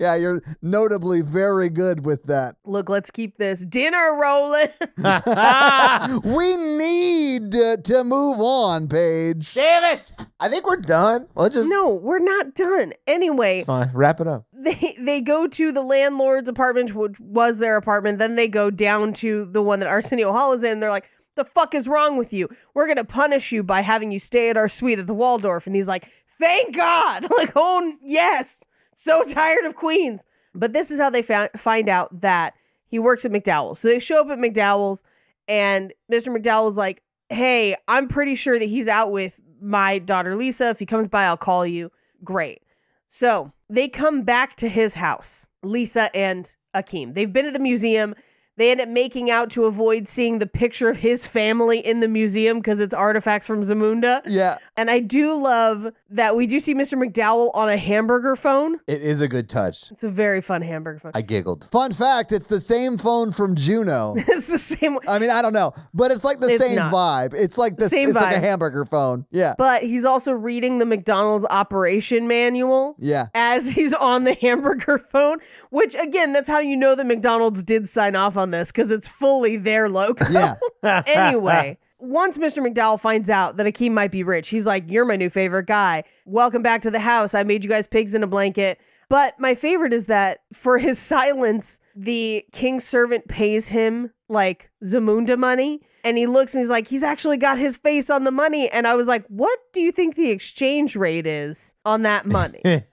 F: Yeah, you're notably very good with that.
E: look let's keep this dinner rolling
F: We need uh, to move on, Paige.
D: I think we're done. Let's just
E: no we're not done anyway
D: it's fine. Wrap it up.
E: they they go to the landlord's apartment which was their apartment then they go down to the one that arsenio hall is in and they're like the fuck is wrong with you we're gonna punish you by having you stay at our suite at the waldorf and he's like thank god like oh n- yes so tired of queens but this is how they found, find out that he works at mcdowell's so they show up at mcdowell's and mr mcdowell's like hey i'm pretty sure that he's out with my daughter lisa if he comes by i'll call you great so they come back to his house, Lisa and Akeem. They've been at the museum. They end up making out to avoid seeing the picture of his family in the museum because it's artifacts from Zamunda.
F: Yeah.
E: And I do love that we do see Mr. McDowell on a hamburger phone.
D: It is a good touch.
E: It's a very fun hamburger phone.
D: I giggled.
F: Fun fact, it's the same phone from Juno.
E: it's the same one.
F: I mean, I don't know, but it's like the
E: It's
F: same
E: not.
F: vibe. It's like the
E: Same
F: it's like a
E: vibe.
F: hamburger phone. Yeah.
E: But he's also reading the McDonald's operation manual.
F: yeah.
E: as he's on the hamburger phone, which again, that's how you know that McDonald's did sign off on this because it's fully their logo.
F: Yeah.
E: anyway, once Mr. McDowell finds out that Akeem might be rich, he's like, You're my new favorite guy. Welcome back to the house. I made you guys pigs in a blanket. But my favorite is that for his silence, the king's servant pays him like Zamunda money. And he looks and he's like, He's actually got his face on the money. And I was like, What do you think the exchange rate is on that money?
F: I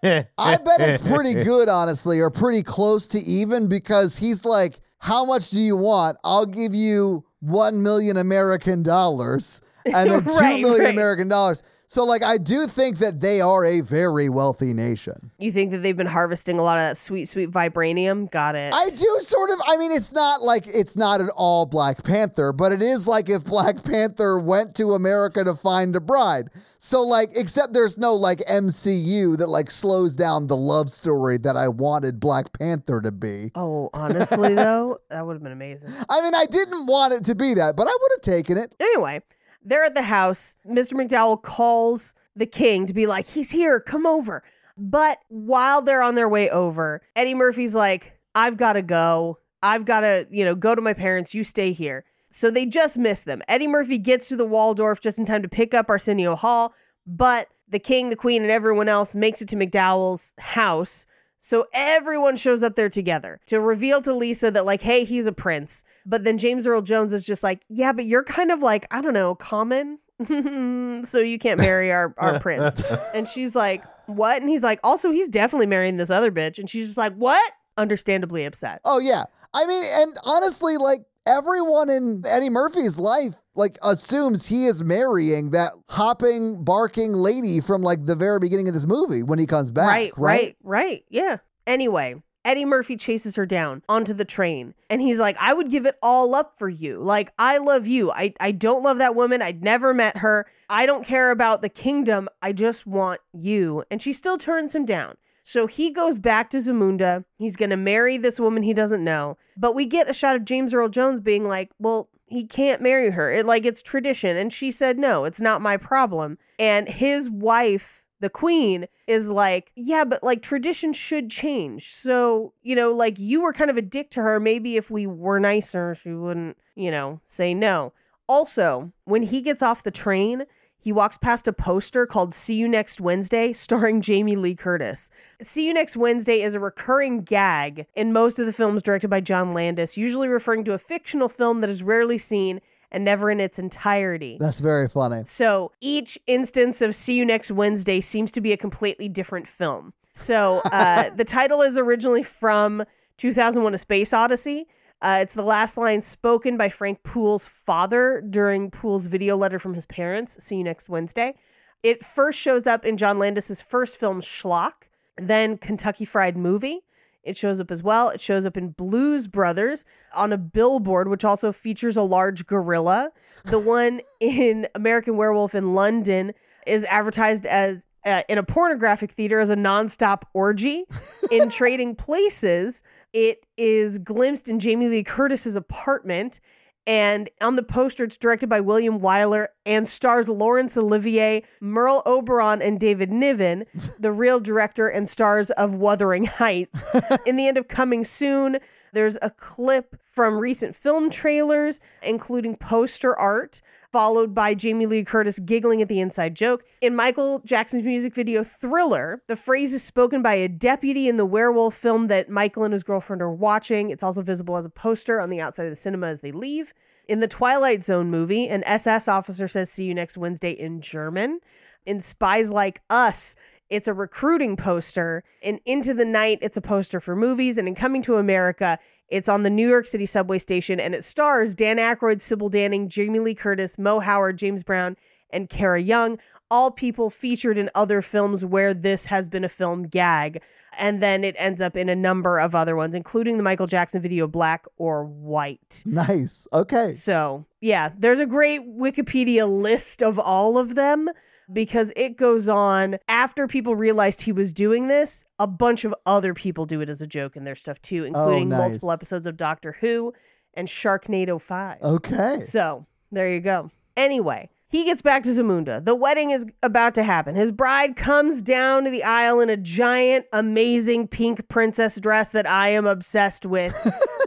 F: bet it's pretty good, honestly, or pretty close to even because he's like, How much do you want? I'll give you one million American dollars and then
E: Right,
F: two million
E: right.
F: American dollars. So like I do think that they are a very wealthy nation.
E: You think that they've been harvesting a lot of that sweet, sweet vibranium? Got it.
F: I do sort of I mean it's not like it's not at all Black Panther, but it is like if Black Panther went to America to find a bride. So like except there's no like MCU that like slows down the love story that I wanted Black Panther to be.
E: Oh, honestly, though, that would have been amazing.
F: I mean I didn't want it to be that, but I would have taken it.
E: Anyway, they're at the house. Mr. McDowell calls the king to be like, he's here, come over. But while they're on their way over, Eddie Murphy's like, I've got to go. I've got to, you know, go to my parents. You stay here. So they just miss them. Eddie Murphy gets to the Waldorf just in time to pick up Arsenio Hall, but the king, the queen, and everyone else makes it to McDowell's house. So everyone shows up there together to reveal to Lisa that, like, hey, he's a prince. But then James Earl Jones is just like, yeah, but you're kind of like, I don't know, common. so you can't marry our, our prince. And she's like, what? And he's like, also, he's definitely marrying this other bitch. And she's just like, what? Understandably upset.
F: Oh yeah. I mean and honestly like everyone in Eddie Murphy's life like assumes he is marrying that hopping barking lady from like the very beginning of this movie when he comes back,
E: right, right, right. Yeah. Anyway, Eddie Murphy chases her down onto the train and he's like, I would give it all up for you. Like, I love you. I, I don't love that woman. I'd never met her. I don't care about the kingdom. I just want you. And she still turns him down. So he goes back to Zamunda. He's going to marry this woman he doesn't know. But we get a shot of James Earl Jones being like, well, he can't marry her. It like it's tradition. And she said, "No, it's not my problem." And his wife, the queen, is like, "Yeah, but like tradition should change." So, you know, like you were kind of a dick to her. Maybe if we were nicer, she wouldn't, you know, say no. Also, when he gets off the train, he walks past a poster called See You Next Wednesday, starring Jamie Lee Curtis. See You Next Wednesday is a recurring gag in most of the films directed by John Landis, usually referring to a fictional film that is rarely seen and never in its entirety.
F: That's very funny.
E: So each instance of See You Next Wednesday seems to be a completely different film. So uh, the title is originally from 2001 A Space Odyssey. Uh, it's the last line spoken by Frank Poole's father during Poole's video letter from his parents, See You Next Wednesday. It first shows up in John Landis's first film, Schlock, then Kentucky Fried Movie. It shows up as well. It shows up in Blues Brothers on a billboard, which also features a large gorilla. The one in American Werewolf in London is advertised as uh, in a pornographic theater as a nonstop orgy. In Trading Places, it is glimpsed in Jamie Lee Curtis's apartment. And on the poster, it's directed by William Wyler and stars Laurence Olivier, Merle Oberon, and David Niven, the real director and stars of Wuthering Heights. In the end of Coming Soon, there's a clip from recent film trailers, including poster art, followed by Jamie Lee Curtis giggling at the inside joke. In Michael Jackson's music video Thriller, the phrase is spoken by a deputy in the werewolf film that Michael and his girlfriend are watching. It's also visible as a poster on the outside of the cinema as they leave. In the Twilight Zone movie, an SS officer says, See you next Wednesday in German. In Spies Like Us, it's a recruiting poster. And Into the Night, it's a poster for movies. And in Coming to America, it's on the New York City subway station and it stars Dan Aykroyd, Sybil Danning, Jamie Lee Curtis, Mo Howard, James Brown, and Kara Young, all people featured in other films where this has been a film gag. And then it ends up in a number of other ones, including the Michael Jackson video Black or White.
F: Nice. Okay.
E: So, yeah, there's a great Wikipedia list of all of them. because it goes on after people realized he was doing this. A bunch of other people do it as a joke in their stuff too, including
F: nice.
E: multiple episodes of Doctor Who and Sharknado 5.
F: Okay.
E: So there you go. Anyway, he gets back to Zamunda. The wedding is about to happen. His bride comes down to the aisle in a giant, amazing pink princess dress that I am obsessed with.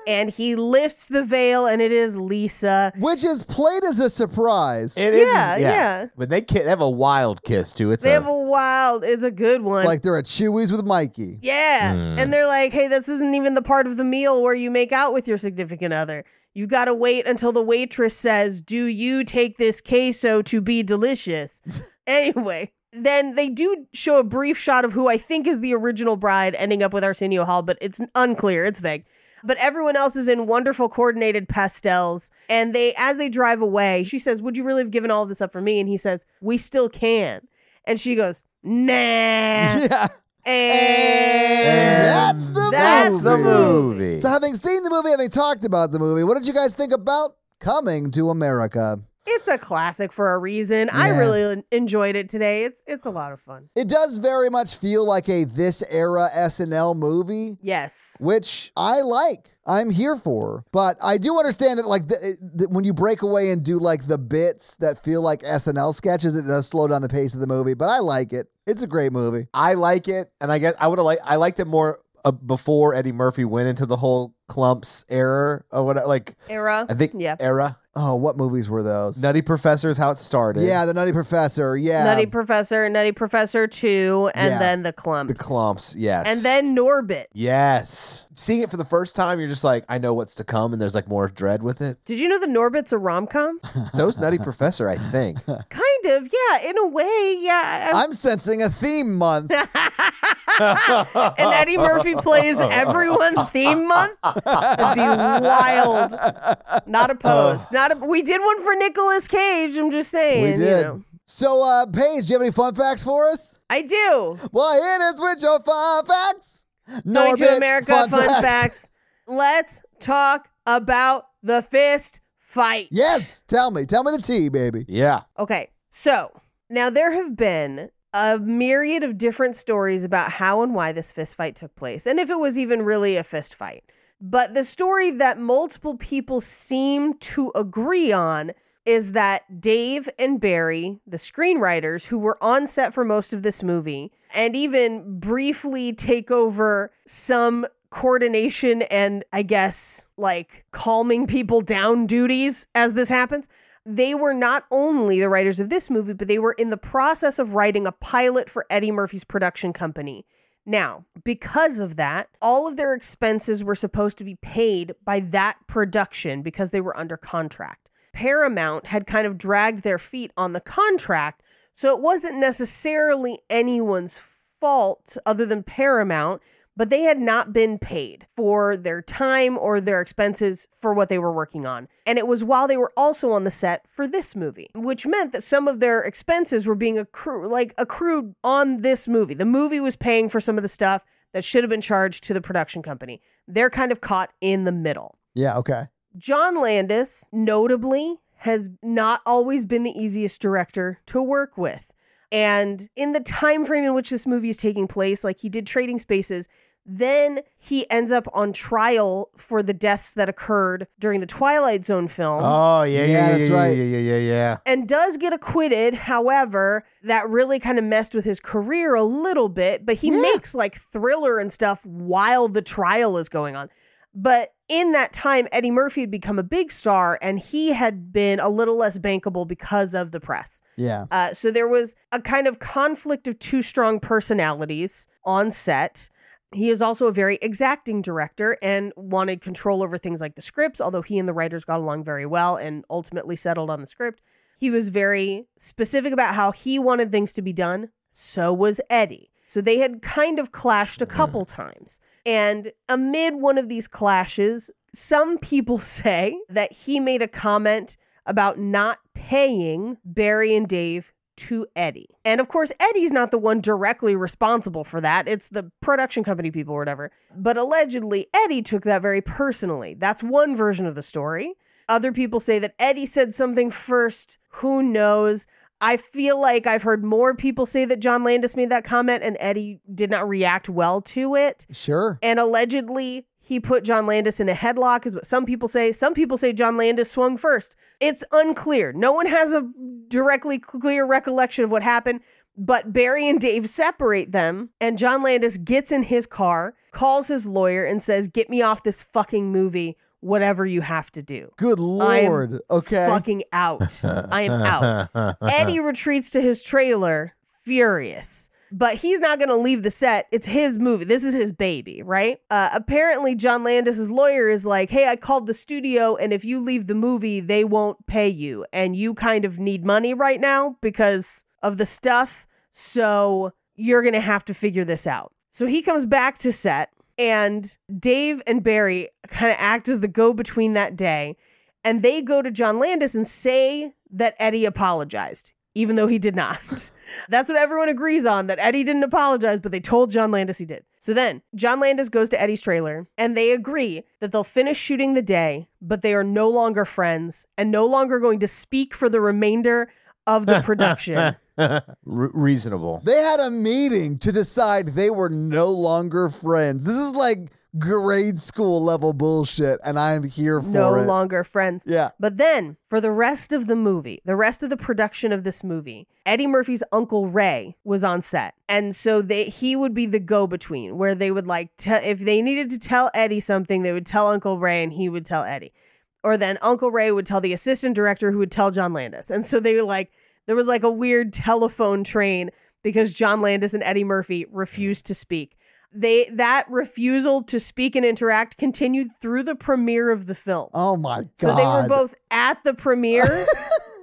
E: and he lifts the veil, and it is Lisa.
F: Which is played as a surprise.
D: It is,
E: Yeah, yeah.
D: But they, ki- they have a wild kiss too. It's
E: They
D: a-
E: have a wild, it's a good one.
F: like they're at Chewy's with Mikey.
E: yeah. And they're like, hey, this isn't even the part of the meal where you make out with your significant other. You've got to wait until the waitress says, do you take this queso to be delicious? anyway, then they do show a brief shot of who I think is the original bride ending up with Arsenio Hall, but it's unclear, it's vague. But everyone else is in wonderful coordinated pastels. And they, as they drive away, she says, Would you really have given all this up for me? And he says, We still can. And she goes, Nah. Yeah. And,
F: That's the
E: That's
F: movie.
E: the movie.
F: So, having seen the movie, having talked about the movie, what did you guys think about Coming to America?
E: it's a classic for a reason. I
F: Yeah.
E: really en- enjoyed it today. It's it's a lot of fun.
F: It does very much feel like a this era SNL movie.
E: Yes.
F: which I like. I'm here for, but I do understand that like the, it- that when you break away and do like the bits that feel like SNL sketches, it does slow down the pace of the movie. But I like it. It's a great movie.
D: I like it, and I guess I would have like I liked it more uh, before Eddie Murphy went into the whole clumps error or what. Like
E: Era.
D: I think
E: Yeah.
D: era
F: Oh, what movies were those?
D: Nutty Professor is how it started.
F: yeah, The Nutty Professor. Yeah,
E: Nutty Professor, Nutty Professor 2, and
F: Yeah.
E: then the clumps.
D: the clumps. Yes,
E: And then Norbit.
D: yes, seeing it for the first time, you're just like, I know what's to come, and there's like more dread with it.
E: Did you know the Norbit's a rom com?
D: So is Nutty Professor, I think.
E: kind of, yeah, in a way, yeah. I-
F: I'm sensing a theme month.
E: and Eddie Murphy plays everyone theme month. That'd be wild. Not opposed. Not. A- we did one for Nicolas Cage. I'm just saying.
F: Uh. we
E: you
F: did.
E: know.
F: So, uh, Paige, do you have any fun facts for us?
E: I do.
F: Well, it is with your fun facts.
E: Going to
F: Norbit,
E: America. Fun, facts. Let's talk about the fist fight.
F: Yes, tell me, tell me the tea, baby.
D: yeah,
E: Okay. So now there have been a myriad of different stories about how and why this fist fight took place and if it was even really a fist fight. But the story that multiple people seem to agree on is that Dave and Barry, the screenwriters who were on set for most of this movie and even briefly take over some coordination and I guess like calming people down duties as this happens, they were not only the writers of this movie, but they were in the process of writing a pilot for Eddie Murphy's production company. Now, because of that, all of their expenses were supposed to be paid by that production because they were under contract. Paramount had kind of dragged their feet on the contract, so it wasn't necessarily anyone's fault other than Paramount, but they had not been paid for their time or their expenses for what they were working on. And it was while they were also on the set for this movie, which meant that some of their expenses were being accru- like accrued on this movie. The movie was paying for some of the stuff that should have been charged to the production company. They're kind of caught in the middle.
F: Yeah, okay.
E: John Landis, notably, has not always been the easiest director to work with. And in the time frame in which this movie is taking place, like he did Trading Spaces, then he ends up on trial for the deaths that occurred during the Twilight Zone film.
D: Oh yeah, yeah, yeah,
F: that's
D: yeah,
F: right.
D: yeah, yeah, yeah, yeah.
E: And does get acquitted. However, that really kind of messed with his career a little bit, but he makes like thriller and stuff while the trial is going on. But in that time, Eddie Murphy had become a big star and he had been a little less bankable because of the press.
F: Yeah.
E: Uh, so there was a kind of conflict of two strong personalities on set. He is also a very exacting director and wanted control over things like the scripts, although he and the writers got along very well and ultimately settled on the script. He was very specific about how he wanted things to be done. So was Eddie. So they had kind of clashed a couple times. And amid one of these clashes, some people say that he made a comment about not paying Barry and Dave to Eddie. And of course, Eddie's not the one directly responsible for that. It's the production company people or whatever. But allegedly, Eddie took that very personally. That's one version of the story. Other people say that Eddie said something first. Who knows? I feel like I've heard more people say that John Landis made that comment and Eddie did not react well to it.
F: Sure.
E: And allegedly, he put John Landis in a headlock, is what some people say. Some people say John Landis swung first. It's unclear. No one has a directly clear recollection of what happened, but Barry and Dave separate them, and John Landis gets in his car, calls his lawyer, and says, Get me off this fucking movie, whatever you have to do.
F: Good
E: I am
F: lord. okay.
E: Fucking out. I am out. Eddie retreats to his trailer, furious. But he's not going to leave the set. It's his movie. This is his baby, right? Uh, apparently, John Landis's lawyer is like, "Hey, I called the studio, and if you leave the movie, they won't pay you, and you kind of need money right now because of the stuff. So you're going to have to figure this out." So he comes back to set, and Dave and Barry kind of act as the go-between that day and they go to John Landis and say that Eddie apologized, even though he did not. That's what everyone agrees on that Eddie didn't apologize, but they told John Landis he did. So then John Landis goes to Eddie's trailer and they agree that they'll finish shooting the day, but they are no longer friends and no longer going to speak for the remainder of the production.
D: Re- reasonable.
F: They had a meeting to decide they were no longer friends. This is like grade school level bullshit, and I'm here for
E: no
F: it.
E: longer friends.
F: Yeah.
E: But then for the rest of the movie, the rest of the production of this movie, Eddie Murphy's uncle Ray was on set. And so they he would be the go between where they would like te- if they needed to tell Eddie something, they would tell Uncle Ray and he would tell Eddie. Or then Uncle Ray would tell the assistant director who would tell John Landis. And so they were like there was like a weird telephone train because John Landis and Eddie Murphy refused to speak. They that refusal to speak and interact continued through the premiere of the film.
F: oh my god.
E: So they were both at the premiere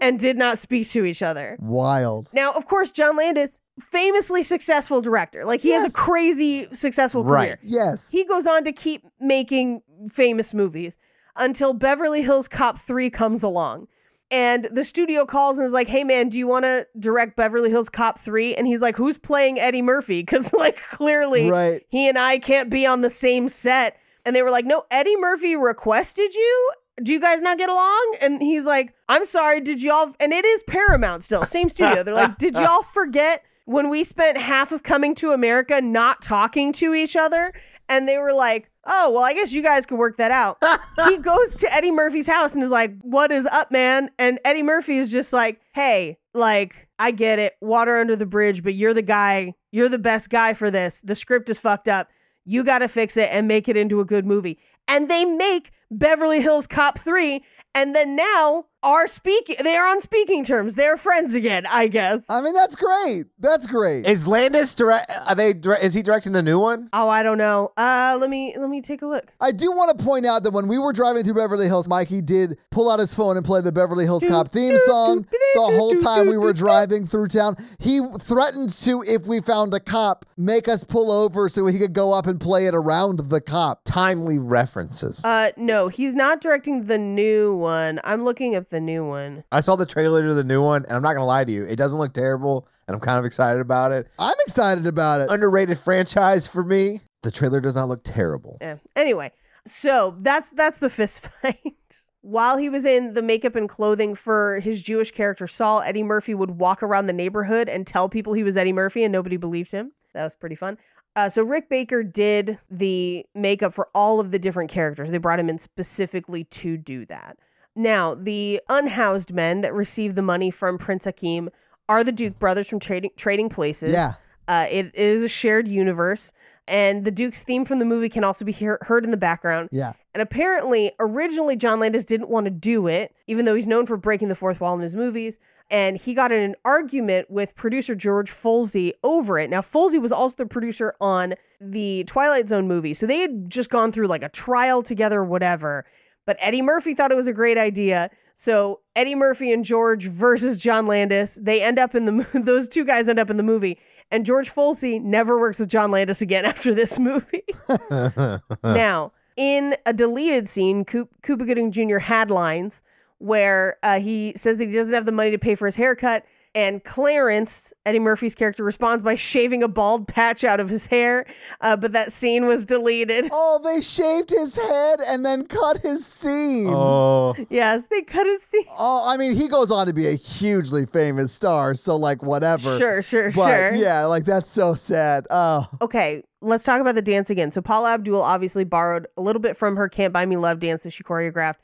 E: and did not speak to each other.
F: wild.
E: Now, of course, John Landis, famously successful director. Like he has
F: Yes.
E: a crazy successful
D: Right.
E: career.
F: Yes.
E: He goes on to keep making famous movies until Beverly Hills Cop 3 comes along. And the studio calls and is like, hey man, do you want to direct Beverly Hills Cop 3? And he's like, who's playing Eddie Murphy? Because, like, clearly
F: Right.
E: he and I can't be on the same set. And they were like, no, Eddie Murphy requested you. Do you guys not get along? And he's like, I'm sorry, did y'all? And it is Paramount still, same studio. They're like, did y'all forget when we spent half of coming to America not talking to each other? And they were like, oh, well, I guess you guys could work that out. he goes to Eddie Murphy's house and is like, what is up, man? And Eddie Murphy is just like, hey, like I get it, water under the bridge, but you're the guy, you're the best guy for this. The script is fucked up. You got to fix it and make it into a good movie. And they make Beverly Hills Cop 3 and then now are speaking they are on speaking terms. They're friends again, I guess.
F: I mean, that's great. That's great.
D: Is Landis direct? Are they? Dire- is he directing the new one?
E: oh, I don't know. Uh let me let me take a look.
F: I do want to point out that when we were driving through Beverly Hills, Mikey did pull out his phone and play the Beverly Hills Cop theme song the whole time we were driving through town. He threatened to, if we found a cop, make us pull over so he could go up and play it around the cop.
D: Timely references.
E: Uh no, he's not directing the new one. I'm looking up the new one.
D: I saw the trailer to the new one, and I'm not gonna lie to you, it doesn't look terrible, and I'm kind of excited about it.
F: I'm excited about it.
D: Underrated franchise for me. Uh, The trailer does not look terrible.
E: Eh. Anyway, so that's that's the fist fight. While he was in the makeup and clothing for his Jewish character Saul, Eddie Murphy would walk around the neighborhood and tell people he was Eddie Murphy, and nobody believed him. That was pretty fun. Uh, so Rick Baker did the makeup for all of the different characters. They brought him in specifically to do that. Now, the unhoused men that received the money from Prince Hakim are the Duke brothers from Trading, trading Places.
F: Yeah.
E: Uh, it is a shared universe, and the Duke's theme from the movie can also be hear- heard in the background.
F: Yeah.
E: And apparently, originally, John Landis didn't want to do it, even though he's known for breaking the fourth wall in his movies. And he got in an argument with producer George Folsey over it. Now, Folsey was also the producer on the Twilight Zone movie. So they had just gone through like a trial together, whatever. But Eddie Murphy thought it was a great idea. So Eddie Murphy and George versus John Landis, they end up in the mo- those two guys end up in the movie, and George Folsey never works with John Landis again after this movie. now, in a deleted scene, Coop, Cuba Gooding Jr. had lines. where uh, he says that he doesn't have the money to pay for his haircut. And Clarence, Eddie Murphy's character, responds by shaving a bald patch out of his hair. Uh, but that scene was deleted.
F: Oh, they shaved his head and then cut his seam. Oh.
D: Oh,
E: Yes, they cut his scene.
F: I mean, he goes on to be a hugely famous star, so like whatever.
E: Sure, sure,
F: But
E: sure.
F: yeah, like that's so sad. Oh,
E: okay, let's talk about the dance again. So Paula Abdul obviously borrowed a little bit from her Can't Buy Me Love dance that she choreographed.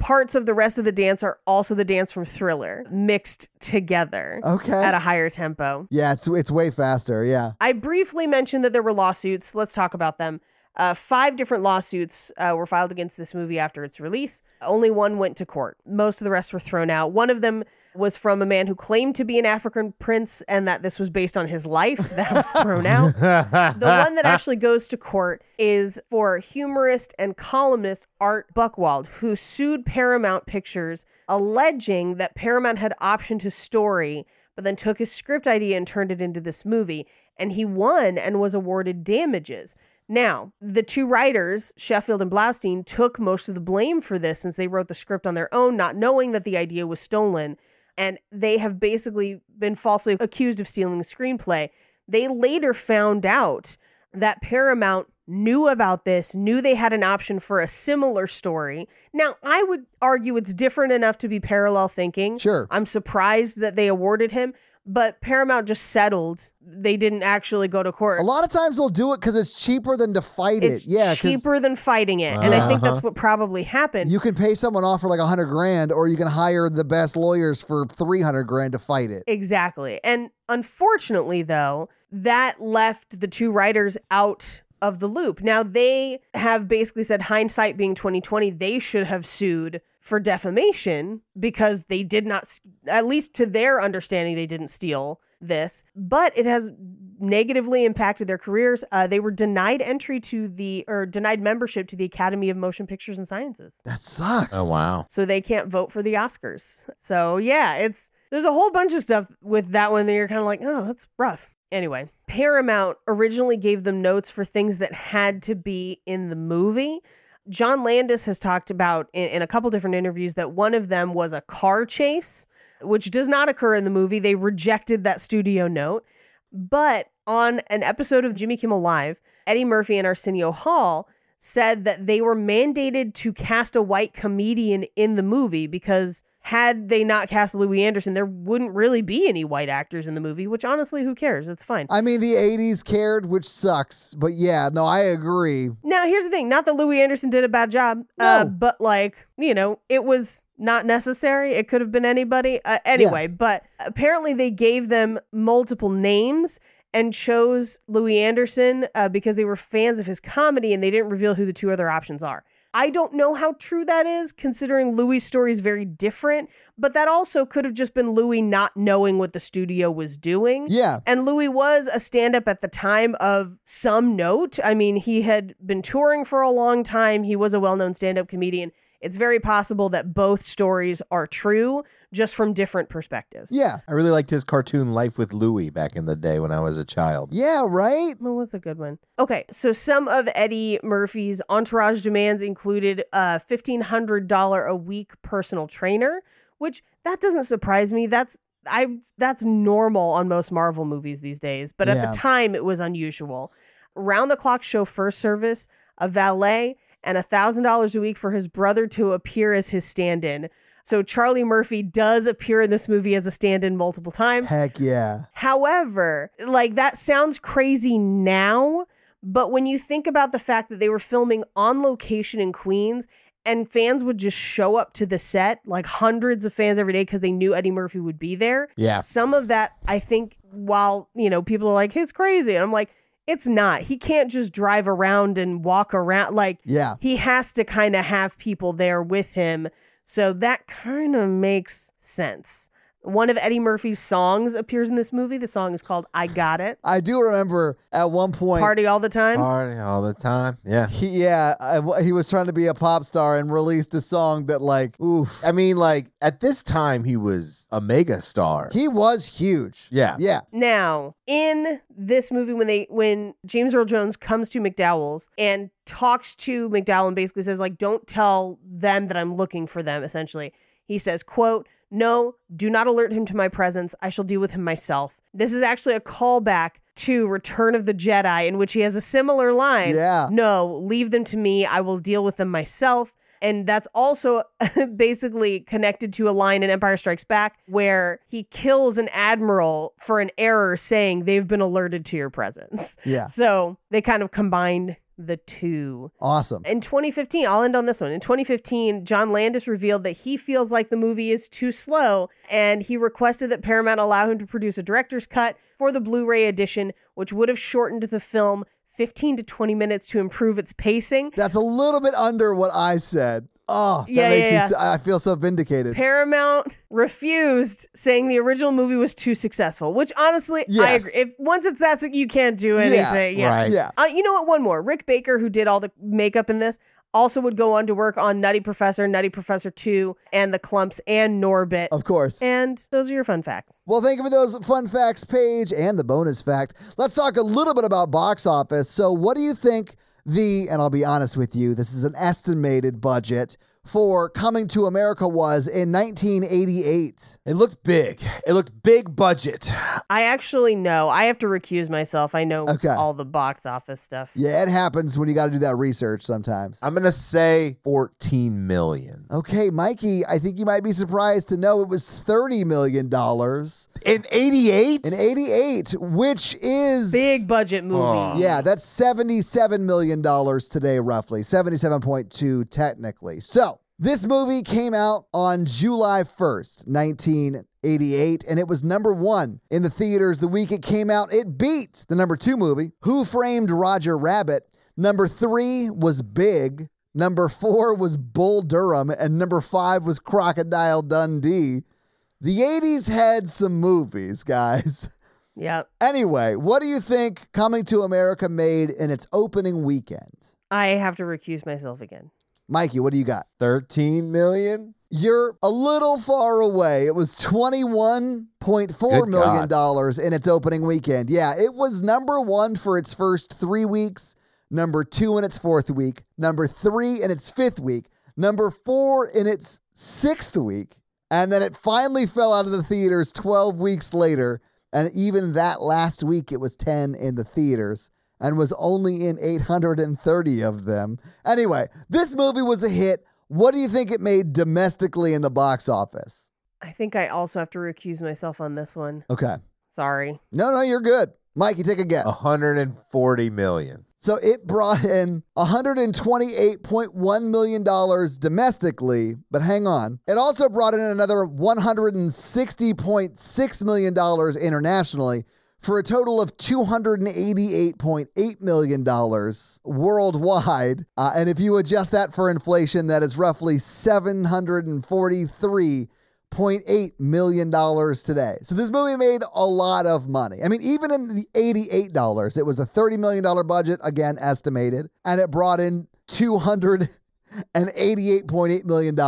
E: Parts of the rest of the dance are also the dance from Thriller mixed together
F: okay.
E: at a higher tempo.
F: yeah, it's it's way faster. Yeah.
E: I briefly mentioned that there were lawsuits. Let's talk about them. Uh, five different lawsuits uh, were filed against this movie after its release. Only one went to court. Most of the rest were thrown out. One of them was from a man who claimed to be an African prince and that this was based on his life. That was thrown out. the one that actually goes to court is for humorist and columnist Art Buckwald, who sued Paramount Pictures, alleging that Paramount had optioned his story, but then took his script idea and turned it into this movie. And he won and was awarded damages. Now, the two writers, Sheffield and Blaustein, took most of the blame for this since they wrote the script on their own, not knowing that the idea was stolen. And they have basically been falsely accused of stealing the screenplay. They later found out that Paramount knew about this, knew they had an option for a similar story. Now, I would argue it's different enough to be parallel thinking.
F: Sure.
E: I'm surprised that they awarded him, but Paramount just settled. They didn't actually go to court.
F: A lot of times they'll do it because it's cheaper than to fight
E: It's
F: it. Yeah, 'cause Uh-huh.
E: cheaper than fighting it. And I think that's what probably happened.
F: You can pay someone off for like a hundred grand, or you can hire the best lawyers for three hundred grand to fight it.
E: Exactly. And unfortunately, though, that left the two writers out of the loop. Now they have basically said hindsight being 2020, they should have sued for defamation because they did not s- at least to their understanding they didn't steal this, but it has negatively impacted their careers. Uh, they were denied entry to the or denied membership to the Academy of Motion Pictures and Sciences
F: That sucks.
D: oh wow.
E: so they can't vote for the Oscars. So yeah, it's there's a whole bunch of stuff with that one that you're kind of like, oh, that's rough. Anyway, Paramount originally gave them notes for things that had to be in the movie. John Landis has talked about in, in a couple different interviews that one of them was a car chase, which does not occur in the movie. They rejected that studio note. But on an episode of Jimmy Kimmel Live, Eddie Murphy and Arsenio Hall said that they were mandated to cast a white comedian in the movie because had they not cast Louis Anderson, there wouldn't really be any white actors in the movie, which honestly, who cares? It's fine.
F: I mean, the '80s cared, which sucks. But yeah, no, I agree.
E: Now, here's the thing not that Louis Anderson did a bad job, uh,
F: No.
E: but like, you know, it was not necessary. It could have been anybody. Uh, anyway, but apparently they gave them multiple names and chose Louis Anderson uh, because they were fans of his comedy and they didn't reveal who the two other options are. I don't know how true that is, considering Louis' story is very different, but that also could have just been Louis not knowing what the studio was doing.
F: Yeah,
E: And Louis was a stand up at the time of some note. I mean, he had been touring for a long time, he was a well known stand up comedian. It's very possible that both stories are true, just from different perspectives.
F: yeah,
D: I really liked his cartoon Life with Louie back in the day when I was a child.
F: yeah. Right.
E: What was a good one? Okay, so some of Eddie Murphy's entourage demands included a fifteen hundred dollar a week personal trainer, which that doesn't surprise me. That's I that's normal on most Marvel movies these days, but at
F: Yeah.
E: the time it was unusual. Round the clock chauffeur service, a valet, and a thousand dollars a week for his brother to appear as his stand-in. So Charlie Murphy does appear in this movie as a stand-in multiple times.
F: Heck yeah.
E: However, like that sounds crazy now, but when you think about the fact that they were filming on location in Queens and fans would just show up to the set, like hundreds of fans every day because they knew Eddie Murphy would be there.
D: Yeah.
E: Some of that, I think, while, you know, people are like, it's crazy. And I'm like, it's not. He can't just drive around and walk around. Like,
F: Yeah.
E: he has to kind of have people there with him. So that kind of makes sense. One of Eddie Murphy's songs appears in this movie. The song is called I Got It.
F: I do remember at one point.
E: Party all the time.
D: Party all the time. Yeah.
F: He, yeah, I, he was trying to be a pop star and released a song that like, oof.
D: I mean, like at this time he was a mega star.
F: He was huge.
D: yeah.
F: Yeah.
E: Now, in this movie, when they when James Earl Jones comes to McDowell's and talks to McDowell and basically says, like, don't tell them that I'm looking for them, essentially. He says, quote, no, do not alert him to my presence. I shall deal with him myself. This is actually a callback to Return of the Jedi, in which he has a similar line.
F: Yeah.
E: No, leave them to me. I will deal with them myself. And that's also basically connected to a line in Empire Strikes Back where he kills an admiral for an error saying they've been alerted to your presence.
F: Yeah.
E: So they kind of combined the two.
F: Awesome.
E: In 2015, I'll end on this one. In 2015, John Landis revealed that he feels like the movie is too slow and he requested that Paramount allow him to produce a director's cut for the Blu ray edition, which would have shortened the film 15 to 20 minutes to improve its pacing.
F: That's a little bit under what I said. Oh, that
E: Yeah,
F: makes
E: yeah,
F: me
E: yeah.
F: so- I feel so vindicated.
E: Paramount refused, saying the original movie was too successful, which honestly, I
F: Yes.
E: agree. If once it's that, you can't do
F: Yeah,
E: anything. Yeah.
D: right.
F: yeah.
E: Uh, you know what? One more. Rick Baker, who did all the makeup in this, also would go on to work on Nutty Professor, Nutty Professor 2, and The Clumps and Norbit.
F: Of course.
E: And those are your fun facts.
F: Well, thank you for those fun facts page and the bonus fact. Let's talk a little bit about box office. So, what do you think the, and I'll be honest with you, this is an estimated budget for Coming to America was in 1988?
D: It looked big. It looked big budget.
E: I actually know. I have to recuse myself. I know
F: Okay.
E: all the box office stuff.
F: Yeah, it happens when you got to do that research sometimes.
D: I'm gonna say 14 million
F: Okay, Mikey, I think you might be surprised to know it was $30 million in
D: in 88.
F: 88, which is
E: Big budget movie.
F: Yeah, that's $77 million today, roughly. 77.2 technically. So this movie came out on July 1st, 1988, and it was number one in the theaters the week it came out. It beat the number two movie, Who Framed Roger Rabbit. Number three was Big. Number four was Bull Durham. And number five was Crocodile Dundee. The 80s had some movies, guys.
E: Yep.
F: Anyway, what do you think Coming to America made in its opening weekend?
E: I have to recuse myself again.
F: Mikey, what do you got?
D: 13 million.
F: You're a little far away. It was $21.4
D: Good
F: million
D: God.
F: dollars in its opening weekend. Yeah, it was number one for its first three weeks, number two in its fourth week, number three in its fifth week, number four in its sixth week, and then it finally fell out of the theaters 12 weeks later. And even that last week, it was 10 in the theaters and was only in 830 of them. Anyway, this movie was a hit. What do you think it made domestically in the box office?
E: I think I also have to recuse myself on this one.
F: Okay.
E: Sorry.
F: No, no, you're good. Mikey, take a guess.
D: 140 million.
F: So it brought in $128.1 million domestically, but hang on. It also brought in another $160.6 million internationally for a total of $288.8 million worldwide. Uh, and if you adjust that for inflation, that is roughly $743 $1.8 million today. So this movie made a lot of money. I mean, even in the $88, it was a $30 million budget, again, estimated, and it brought in $288.8 million in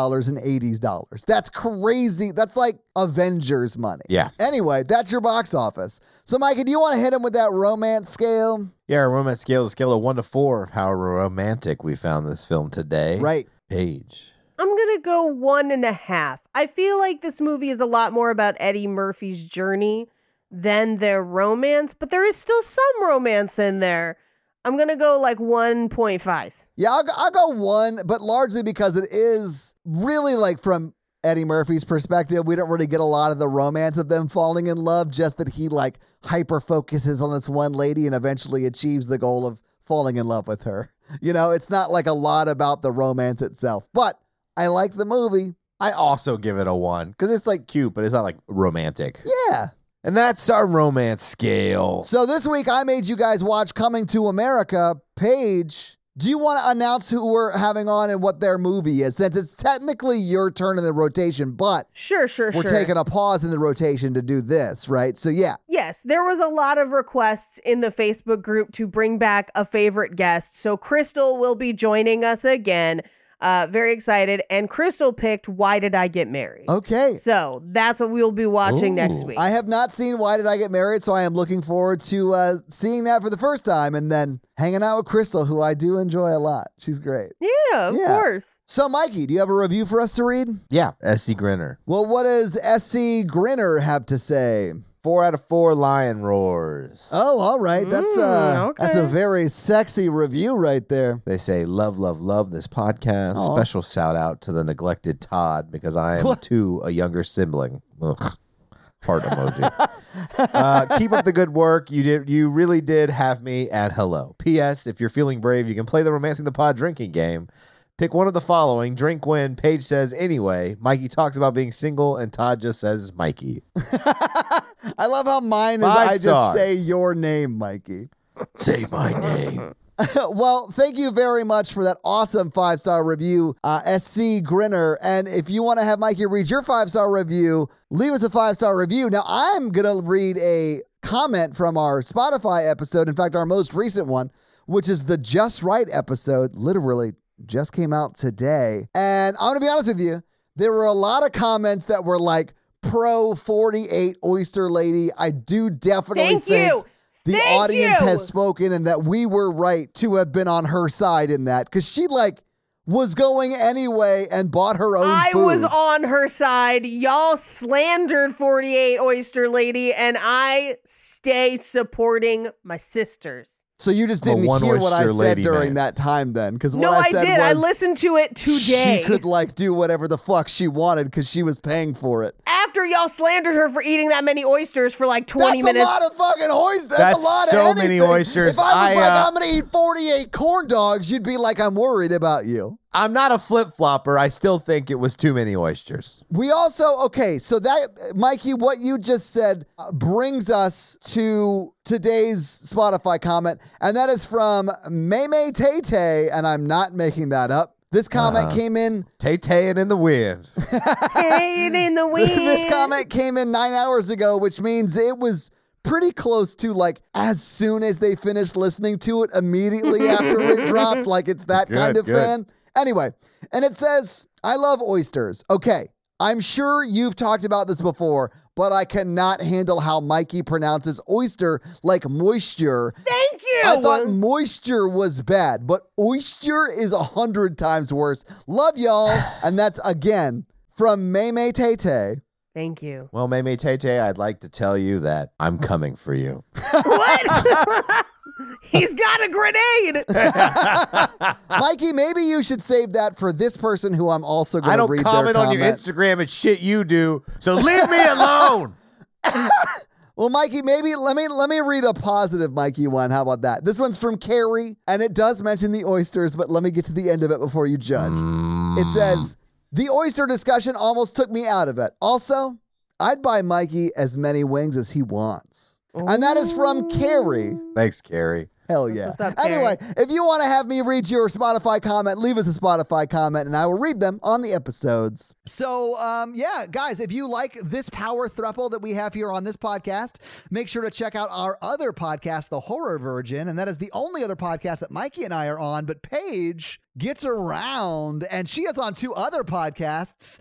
F: 80s dollars. That's crazy. That's like Avengers money.
D: Yeah.
F: Anyway, that's your box office. So, Mikey, do you want to hit him with that romance scale?
D: Yeah, our romance scale is a scale of one to four of how romantic we found this film today.
F: Right.
D: Page.
E: I'm going to go one and a half. I feel like this movie is a lot more about Eddie Murphy's journey than their romance, but there is still some romance in there. I'm going to go like 1.5.
F: Yeah, I'll, go- I'll go one, but largely because it is really like from Eddie Murphy's perspective, we don't really get a lot of the romance of them falling in love, just that he like hyper focuses on this one lady and eventually achieves the goal of falling in love with her. You know, it's not like a lot about the romance itself, but I like the movie.
D: I also give it a one because it's like cute, but it's not like romantic.
F: Yeah.
D: And that's our romance scale.
F: So this week I made you guys watch Coming to America. Paige, do you want to announce who we're having on and what their movie is? Since it's technically your turn in the rotation, but
E: Sure, sure,
F: we're
E: sure.
F: taking a pause in the rotation to do this, right? So yeah,
E: Yes, there was a lot of requests in the Facebook group to bring back a favorite guest. So Crystal will be joining us again. Uh, very excited. And Crystal picked Why Did I Get Married?
F: Okay.
E: So that's what we'll be watching next
D: Ooh.
E: week.
F: Oh. I have not seen Why Did I Get Married, so I am looking forward to uh, seeing that for the first time and then hanging out with Crystal, who I do enjoy a lot. She's great.
E: yeah, of
F: Yeah.
E: course.
F: So, Mikey, do you have a review for us to read?
D: Yeah, S.C. Grinner.
F: Well, what does SC Grinner have to say?
D: Four out of four lion roars.
F: Oh, all right. That's uh,
E: Mm,
F: that's a
E: okay.
F: very sexy review right there.
D: They say, love, love, love this podcast.
F: Aw.
D: Special shout out to the neglected Todd because I am
F: What?
D: too a younger sibling. Ugh. Heart emoji. uh, keep up the good work. You did. You really did have me at hello. P.S. If you're feeling brave, you can play the romancing the pod drinking game. Pick one of the following. Drink when Paige says anyway. Mikey talks about being single, and Todd just says Mikey.
F: I love how mine is
D: Five
F: I just
D: stars.
F: say your name, Mikey.
D: Say my name.
F: well, thank you very much for that awesome five star review, uh, SC Grinner. And if you want to have Mikey read your five star review, leave us a five star review. Now, I'm going to read a comment from our Spotify episode. In fact, our most recent one, which is the Just Right episode, literally just came out today. And I'm going to be honest with you, there were a lot of comments that were like, Pro 48 Oyster Lady. I do definitely
E: Thank
F: think
E: you.
F: the
E: Thank
F: audience
E: you.
F: has spoken and that we were right to have been on her side in that because she like was going anyway and bought her own
E: I
F: food.
E: was on her side. Y'all slandered 48 Oyster Lady, and I stay supporting my sisters.
F: so you just
D: I'm a
F: didn't
D: one
F: hear what I
D: oyster
F: said
D: lady
F: during
D: man.
F: that time then because what
E: no,
F: I
E: I,
F: said
E: did. I
F: was
E: listened to it today.
F: she could like do whatever the fuck she wanted because she was paying for it.
E: After y'all slandered her for eating that many oysters for like 20
F: That's
E: minutes.
F: a lot of fucking oysters. That's,
D: That's
F: a lot
D: so
F: of
D: many
F: anything.
D: oysters.
F: If I was
D: I,
F: like,
D: uh,
F: I'm gonna eat 48 corn dogs, you'd be like, I'm worried about you.
D: I'm not a flip flopper. I still think it was too many oysters.
F: We also okay, so that Mikey, what you just said uh, brings us to today's Spotify comment, and that is from Maymay Tay Tay, and I'm not making that up. This comment came in.
D: Tay Tay and in the wind.
E: Tate in the wind.
F: this comment came in nine hours ago, which means it was pretty close to like as soon as they finished listening to it immediately after it dropped. Like it's that
D: Good,
F: kind of
D: good.
F: fan. Anyway, and it says, I love oysters. Okay. I'm sure you've talked about this before, but I cannot handle how Mikey pronounces oyster like moisture.
E: Thank you.
F: I thought moisture was bad, but oyster is a hundred times worse. Love y'all. And that's again from Maymay Tay Tay.
E: Thank you.
D: Well, Maymay Tay Tay, I'd like to tell you that I'm coming for you.
E: What? He's got a grenade.
F: Mikey, maybe you should save that for this person who I'm also going
D: I
F: to
D: don't
F: read their
D: comment on your
F: comment.
D: Instagram and shit you do, so leave me alone.
F: well, Mikey, maybe let me let me read a positive Mikey one. How about that? This one's from Carrie, and it does mention the oysters, but let me get to the end of it before you judge.
D: Mm.
F: It says the oyster discussion almost took me out of it. Also, I'd buy Mikey as many wings as he wants, and that is from Carrie.
D: Thanks, Carrie.
F: Hell
E: That's
F: yeah.
E: what's up,
F: anyway, if you want to have me read your Spotify comment, leave us a Spotify comment and I will read them on the episodes. So, um, yeah, guys, if you like this power thruple that we have here on this podcast, make sure to check out our other podcast, The Horror Virgin. And that is the only other podcast that Mikey and I are on. But Paige gets around and she is on two other podcasts.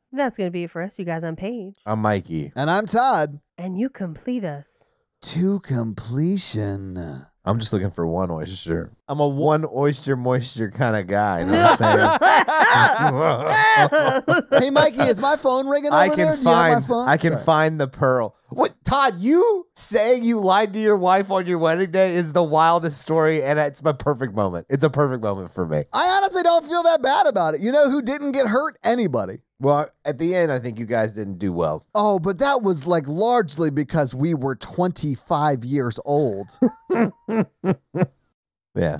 E: That's going to be it for us, you guys on page.
D: I'm Mikey.
F: And I'm Todd.
E: And you complete us.
F: To completion.
D: I'm just looking for one oyster. I'm a one oyster moisture kind of guy. You know what I'm saying?
F: hey, Mikey, is my phone ringing over
D: I can
F: there? Do you have
D: find
F: my phone?
D: I can
F: Sorry.
D: find the pearl. What Todd, you saying you lied to your wife on your wedding day is the wildest story and it's my perfect moment. It's a perfect moment for me.
F: I honestly don't feel that bad about it. You know who didn't get hurt? Anybody.
D: Well, at the end I think you guys didn't do well.
F: Oh, but that was like largely because we were 25 years old.
D: Yeah.